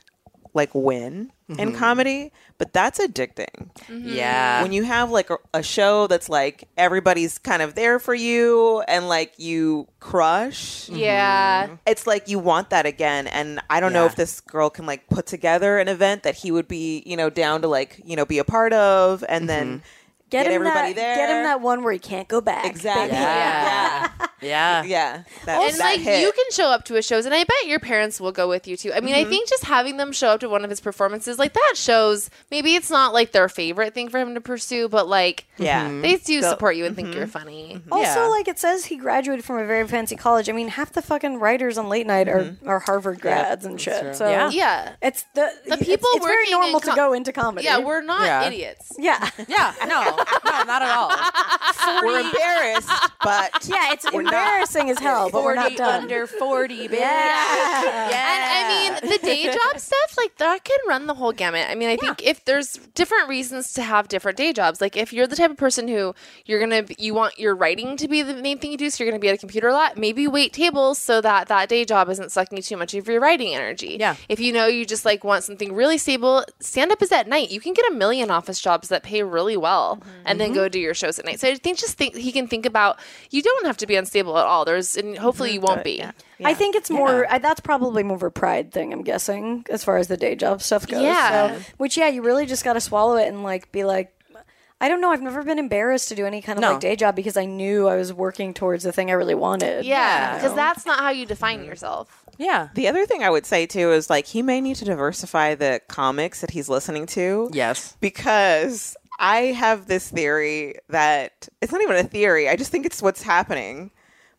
Speaker 6: like, win in comedy, but that's addicting.
Speaker 3: Yeah.
Speaker 6: when you have like a, a show that's like everybody's kind of there for you and like you crush
Speaker 2: Mm-hmm.
Speaker 4: Yeah.
Speaker 6: it's like you want that again and i don't know
Speaker 3: Yeah.
Speaker 6: if this girl can like put together an event that he would be you know down to like you know be a part of and then
Speaker 2: get,
Speaker 6: get
Speaker 2: him
Speaker 6: everybody
Speaker 2: that,
Speaker 6: there.
Speaker 2: Get him that one where he can't go back.
Speaker 6: exactly
Speaker 2: baby.
Speaker 6: yeah
Speaker 3: Yeah. yeah.
Speaker 6: yeah, yeah. That,
Speaker 4: and
Speaker 6: that
Speaker 4: like
Speaker 6: hit. Mm-hmm.
Speaker 4: you can show up to his shows and i bet your parents will go with you too i mean i think just having them show up to one of his performances like that shows maybe it's not like their favorite thing for him to pursue but like
Speaker 6: yeah Mm-hmm.
Speaker 4: they do support you and think you're funny
Speaker 2: Also,
Speaker 3: Yeah.
Speaker 2: like it says, he graduated from a very fancy college. I mean, half the fucking writers on late night are, are Harvard grads and shit. So
Speaker 3: Mm-hmm. Yeah.
Speaker 4: yeah
Speaker 2: it's the
Speaker 4: The people
Speaker 2: It's, it's very
Speaker 4: working in
Speaker 2: normal
Speaker 4: com-
Speaker 2: to go into comedy.
Speaker 4: yeah we're not
Speaker 3: Yeah.
Speaker 4: idiots
Speaker 2: yeah.
Speaker 3: Yeah. No. No. Not at all.
Speaker 6: we're embarrassed but
Speaker 2: Yeah, it's
Speaker 6: we're
Speaker 2: embarrassing as hell, but we're not done.
Speaker 3: under 40, bitch.
Speaker 2: yeah.
Speaker 4: And I mean, the day job stuff, like that can run the whole gamut. I mean, I think if there's different reasons to have different day jobs, like if you're the type of person who you're gonna b- you want your writing to be the main thing you do, so you're gonna be at a computer a lot, maybe wait tables so that that day job isn't sucking you too much of your writing energy.
Speaker 3: Yeah.
Speaker 4: If you know you just like want something really stable, stand up is at night. You can get a million office jobs that pay really well, and then go do your shows at night. So I think just think he can think about you don't have to be unstable at all. There's and hopefully you won't be.
Speaker 2: I think it's more. I, that's probably more of a pride thing. I'm guessing as far as the day job stuff goes.
Speaker 4: Yeah.
Speaker 2: So, which yeah, you really just got to swallow it and like be like. I don't know. I've never been embarrassed to do any kind of
Speaker 3: No.
Speaker 2: like day job because I knew I was working towards the thing I really wanted.
Speaker 4: Yeah,
Speaker 2: you
Speaker 4: because
Speaker 2: know?
Speaker 4: that's not how you define
Speaker 3: Mm-hmm.
Speaker 4: yourself.
Speaker 3: Yeah.
Speaker 6: The other thing I would say too is like he may need to diversify the comics that he's listening to.
Speaker 3: Yes.
Speaker 6: Because I have this theory that it's not even a theory, I just think it's what's happening.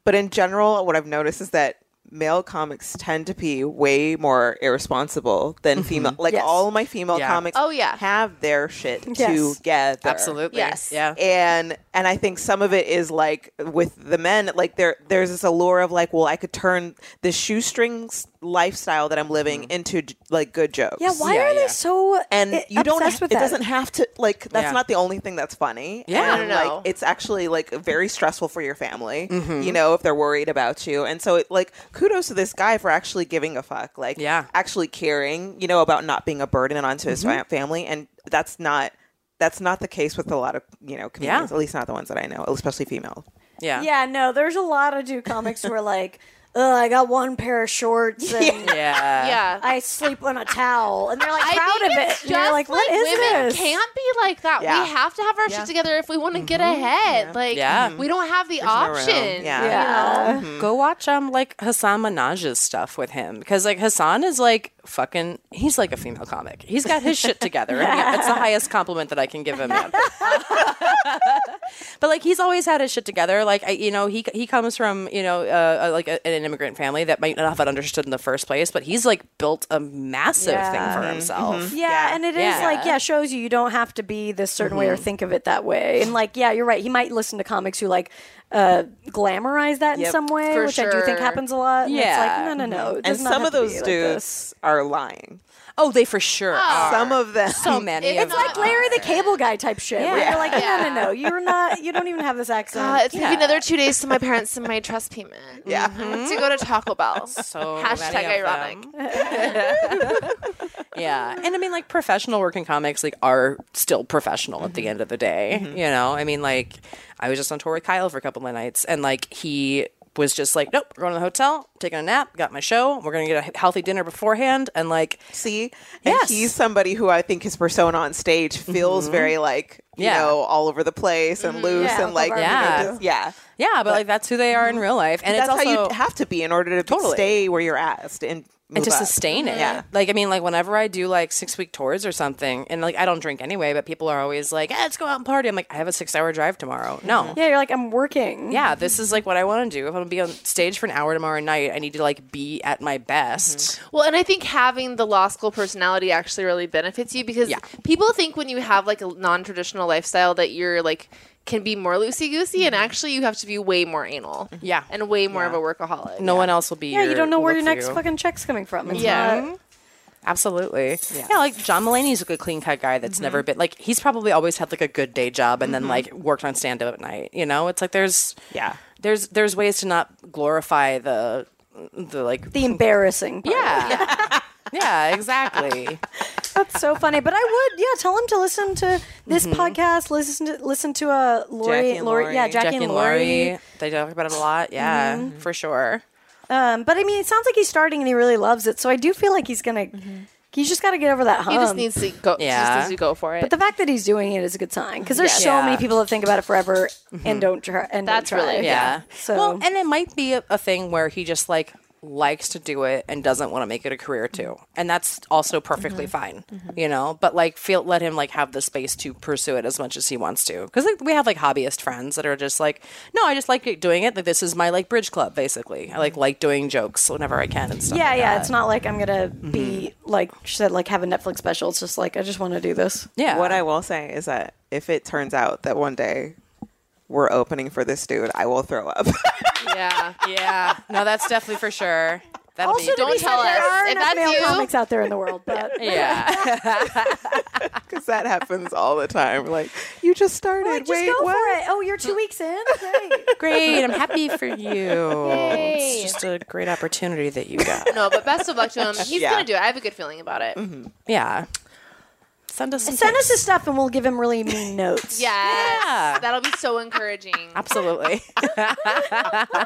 Speaker 6: But in general, what I've noticed is that male comics tend to be way more irresponsible than female. Like
Speaker 2: Yes.
Speaker 6: all my female
Speaker 3: Mm-hmm. Yeah.
Speaker 6: comics
Speaker 4: Oh, yeah.
Speaker 6: have their shit
Speaker 2: Yes.
Speaker 6: together.
Speaker 3: Absolutely.
Speaker 4: Yes.
Speaker 3: Yeah.
Speaker 6: and and I think some of it is like with the men, like there there's this allure of like, well, I could turn this shoestrings lifestyle that I'm living into j- like good jokes.
Speaker 2: Mm-hmm. Yeah. Why
Speaker 3: Yeah,
Speaker 2: are
Speaker 3: yeah.
Speaker 2: they so
Speaker 6: And
Speaker 2: i-
Speaker 6: you don't.
Speaker 2: obsessed
Speaker 6: ha-
Speaker 2: with
Speaker 6: it
Speaker 2: that?
Speaker 6: doesn't have to like. That's
Speaker 3: Yeah.
Speaker 6: not the only thing that's funny.
Speaker 3: Yeah.
Speaker 6: and,
Speaker 4: No, no, no.
Speaker 6: like it's actually like very stressful for your family.
Speaker 3: Mm-hmm.
Speaker 6: You know, if they're worried about you, and so it, like kudos to this guy for actually giving a fuck. Like,
Speaker 3: Yeah. Mm-hmm.
Speaker 6: actually caring. You know, about not being a burden onto his fa- family, and that's not that's not the case with a lot of you know comedians.
Speaker 3: Yeah.
Speaker 6: At least not the ones that I know, especially female.
Speaker 3: Yeah.
Speaker 2: Yeah. No. There's a lot of do comics who are like, oh, I got one pair of shorts and
Speaker 3: Yeah.
Speaker 4: yeah.
Speaker 2: I sleep on a towel, and they're like
Speaker 4: I
Speaker 2: proud
Speaker 4: think
Speaker 2: of it.
Speaker 4: it's
Speaker 2: and you're like, what is
Speaker 4: women
Speaker 2: this?
Speaker 4: can't be like that.
Speaker 6: Yeah.
Speaker 4: We have to have our shit together if we want to get ahead.
Speaker 3: Mm-hmm.
Speaker 4: Like,
Speaker 3: Yeah.
Speaker 4: we don't have the
Speaker 6: no room.
Speaker 4: option.
Speaker 6: Yeah.
Speaker 4: you
Speaker 2: Yeah.
Speaker 4: know?
Speaker 3: Go watch um like Hassan Minaj's stuff with him because like Hassan is like fucking he's like a female comic. He's got his shit together. And That's the highest compliment that I can give him. man. but like he's always had his shit together. Like I, you know he he comes from you know uh, uh, like a, an immigrant family that might not have understood in the first place, but he's like built a massive thing for himself.
Speaker 2: Yeah, and it is
Speaker 3: Yeah.
Speaker 2: like yeah, shows you you don't have to be this certain way or think of it that way. And like yeah, you're right. He might listen to comics who like uh, glamorize that in
Speaker 6: Yep,
Speaker 2: some way,
Speaker 4: for
Speaker 2: which I do think
Speaker 4: sure.
Speaker 2: happens a lot. And
Speaker 3: Yeah.
Speaker 2: it's like no, no, no. it
Speaker 6: And
Speaker 2: does not
Speaker 6: some
Speaker 2: have
Speaker 6: of
Speaker 2: to be
Speaker 6: those
Speaker 2: like this.
Speaker 6: dudes are lying.
Speaker 3: Oh, they for sure. are.
Speaker 6: Some of them.
Speaker 3: so many.
Speaker 4: It's
Speaker 3: of them
Speaker 2: Like
Speaker 4: like
Speaker 2: Larry the Cable Guy type shit. Where
Speaker 3: Yeah.
Speaker 2: you're like, no, no, no, you're not. You don't even have this accent.
Speaker 4: Uh, it's gonna
Speaker 3: Yeah.
Speaker 4: be another two days to my parents and my trust payment.
Speaker 6: Yeah.
Speaker 4: To go to Taco Bell.
Speaker 3: so
Speaker 4: Hashtag
Speaker 3: many of
Speaker 4: ironic.
Speaker 3: them. yeah, and I mean, like professional working comics, like are still professional at
Speaker 6: Mm-hmm.
Speaker 3: the end of the day. You know, I mean, like I was just on tour with Kyle for a couple of nights, and like he was just like, nope, we're going to the hotel, taking a nap, got my show, we're gonna get a healthy dinner beforehand, and like,
Speaker 6: See,
Speaker 3: Yes. Mm-hmm.
Speaker 6: and he's somebody who I think his persona on stage feels very like you
Speaker 3: Yeah.
Speaker 6: know all over the place and loose
Speaker 2: Yeah,
Speaker 6: and like
Speaker 2: Uncle
Speaker 3: Barbie.
Speaker 6: yeah,
Speaker 3: Yeah.
Speaker 6: just, yeah.
Speaker 3: yeah, but, like that's who they are in real life, and
Speaker 6: Mm-hmm. That's
Speaker 3: it's also
Speaker 6: how you have to be in order to
Speaker 3: Totally.
Speaker 6: stay where you're at st- and move
Speaker 3: and to
Speaker 6: up.
Speaker 3: sustain it.
Speaker 6: Yeah.
Speaker 3: Like I mean, like whenever I do like six week tours or something, and like I don't drink anyway, but people are always like, eh, "Let's go out and party." I'm like, I have a six hour drive tomorrow.
Speaker 6: Mm-hmm.
Speaker 3: No,
Speaker 2: yeah, you're like, I'm working.
Speaker 3: yeah, this is like what I want to do. If I'm gonna be on stage for an hour tomorrow night, I need to like be at my best.
Speaker 2: Mm-hmm.
Speaker 4: Well, and I think having the law school personality actually really benefits you because
Speaker 3: Yeah.
Speaker 4: people think when you have like a non traditional lifestyle that you're like can be more loosey goosey,
Speaker 3: Mm-hmm.
Speaker 4: and actually you have to be way more anal.
Speaker 3: Yeah.
Speaker 4: And way more of a workaholic.
Speaker 3: No one else will be.
Speaker 2: Yeah, you
Speaker 3: your-
Speaker 2: don't know
Speaker 3: will
Speaker 2: where
Speaker 3: look
Speaker 2: your
Speaker 3: for
Speaker 2: next
Speaker 3: you.
Speaker 2: fucking check's coming from. It's
Speaker 4: Yeah.
Speaker 2: not-
Speaker 3: Absolutely. Yeah. like John Mulaney's a good clean cut guy that's
Speaker 2: Mm-hmm.
Speaker 3: never been like he's probably always had like a good day job and then like worked on stand up at night. You know, it's like there's
Speaker 6: Yeah.
Speaker 3: there's there's ways to not glorify the the like
Speaker 2: the embarrassing. Part.
Speaker 3: yeah. Yeah, exactly.
Speaker 2: That's so funny. But I would, yeah, tell him to listen to this
Speaker 4: Mm-hmm.
Speaker 2: podcast. Listen to listen to uh, Lori,
Speaker 6: Jackie and
Speaker 2: Lori,
Speaker 6: Lori.
Speaker 2: yeah, Jackie, Mm-hmm.
Speaker 3: Jackie and Lori, they talk about it a lot. Yeah, for sure.
Speaker 2: Um, but I mean, it sounds like he's starting and he really loves it. So I do feel like he's gonna, he's just got to get over that hump.
Speaker 4: Mm-hmm. He just needs to go.
Speaker 3: um,
Speaker 4: Yeah. Just
Speaker 3: yeah.
Speaker 4: needs to go for it.
Speaker 2: But the fact that he's doing it is a good sign because there's so
Speaker 3: Yeah.
Speaker 2: many people that think about it forever and don't try. And
Speaker 4: Mm-hmm. That's
Speaker 2: don't try.
Speaker 4: really-
Speaker 3: Yeah.
Speaker 2: So
Speaker 3: well, and it might be a, a thing where he just like likes to do it and doesn't want to make it a career too, and that's also perfectly fine, you know. But like, feel let him like have the space to pursue it as much as he wants to, because like we have like hobbyist friends that are just like, no, I just like it- doing it. Like this is my like bridge club basically. I like like doing jokes whenever I can and stuff.
Speaker 2: yeah,
Speaker 3: like
Speaker 2: yeah,
Speaker 3: that.
Speaker 2: it's not like I'm gonna be
Speaker 4: Mm-hmm.
Speaker 2: like she said, like have a Netflix special. It's just like I just want to do this.
Speaker 3: yeah.
Speaker 6: What I will say is that if it turns out that one day we're opening for this dude, I will throw up.
Speaker 4: yeah.
Speaker 3: yeah. No, that's definitely for sure. That'll
Speaker 2: Also,
Speaker 3: be
Speaker 2: to
Speaker 4: don't
Speaker 2: be
Speaker 4: tell
Speaker 2: said, there
Speaker 4: us.
Speaker 2: are
Speaker 4: If
Speaker 2: enough
Speaker 4: that's
Speaker 2: male
Speaker 4: you-
Speaker 2: comics out there in the world, but
Speaker 3: yeah.
Speaker 6: because that happens all the time. Like you just started.
Speaker 2: Like, just
Speaker 6: Wait,
Speaker 2: go
Speaker 6: what?
Speaker 2: for it. Oh, you're two weeks in. Great.
Speaker 3: Great. I'm happy for you. It's just a great opportunity that you got.
Speaker 4: No, but best of luck to him. He's
Speaker 6: Yeah.
Speaker 4: gonna do it. I have a good feeling about it.
Speaker 3: Mm-hmm. Yeah. Send us some
Speaker 2: Send us
Speaker 3: pics.
Speaker 2: his stuff, and we'll give him really mean notes.
Speaker 4: Yes,
Speaker 3: Yeah.
Speaker 4: that'll be so encouraging.
Speaker 3: Absolutely.
Speaker 4: Um,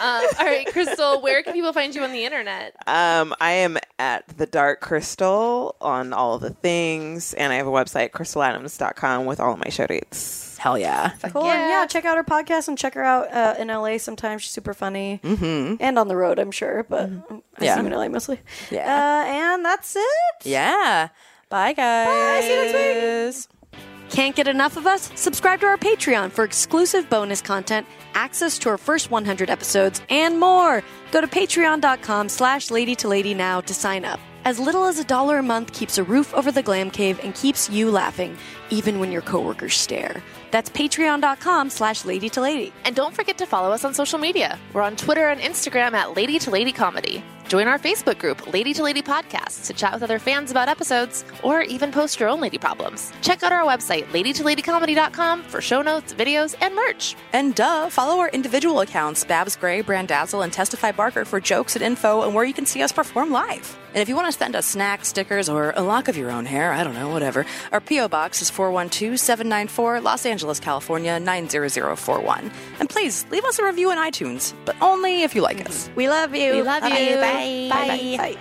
Speaker 4: all right, Crystal, where can people find you on the internet?
Speaker 6: Um, I am at the Dark Crystal on all the things, and I have a website, crystaladams.com, with all of my show dates.
Speaker 3: Hell yeah.
Speaker 2: Cool. And yeah, check out her podcast and check her out uh, in LA sometimes. She's super funny. Mm-hmm. And on the road, I'm sure, but I
Speaker 3: Yeah.
Speaker 2: see you in LA mostly.
Speaker 3: Yeah.
Speaker 2: Uh, and that's it.
Speaker 3: Yeah. Bye, guys. Bye.
Speaker 2: See you next week.
Speaker 3: week.
Speaker 2: Can't get enough of us? Subscribe to our Patreon for exclusive bonus content, access to our first 100 episodes, and more. Go to patreon.com slash lady to lady now to sign up. As little as a dollar a month keeps a roof over the glam cave and keeps you laughing, even when your coworkers stare. That's patreon.com slash lady to lady.
Speaker 4: And don't forget to follow us on social media. We're on Twitter and Instagram at Lady to Lady Comedy. Join our Facebook group, Lady to Lady Podcast, to chat with other fans about episodes or even post your own lady problems. Check out our website, ladytoladycomedy.com, for show notes, videos, and merch.
Speaker 3: And duh, follow our individual accounts, Babs Gray, Brandazzle, and Testify Barker for jokes and info and where you can see us perform live. And if you want to send us snacks, stickers, or a lock of your own hair, I don't know, whatever, our P.O. Box is 412-794 Los Angeles, California, 90041. And please, leave us a review on iTunes, but only if you like us.
Speaker 2: We love you.
Speaker 4: We love you.
Speaker 2: Bye.
Speaker 4: Bye.
Speaker 2: Bye. Bye.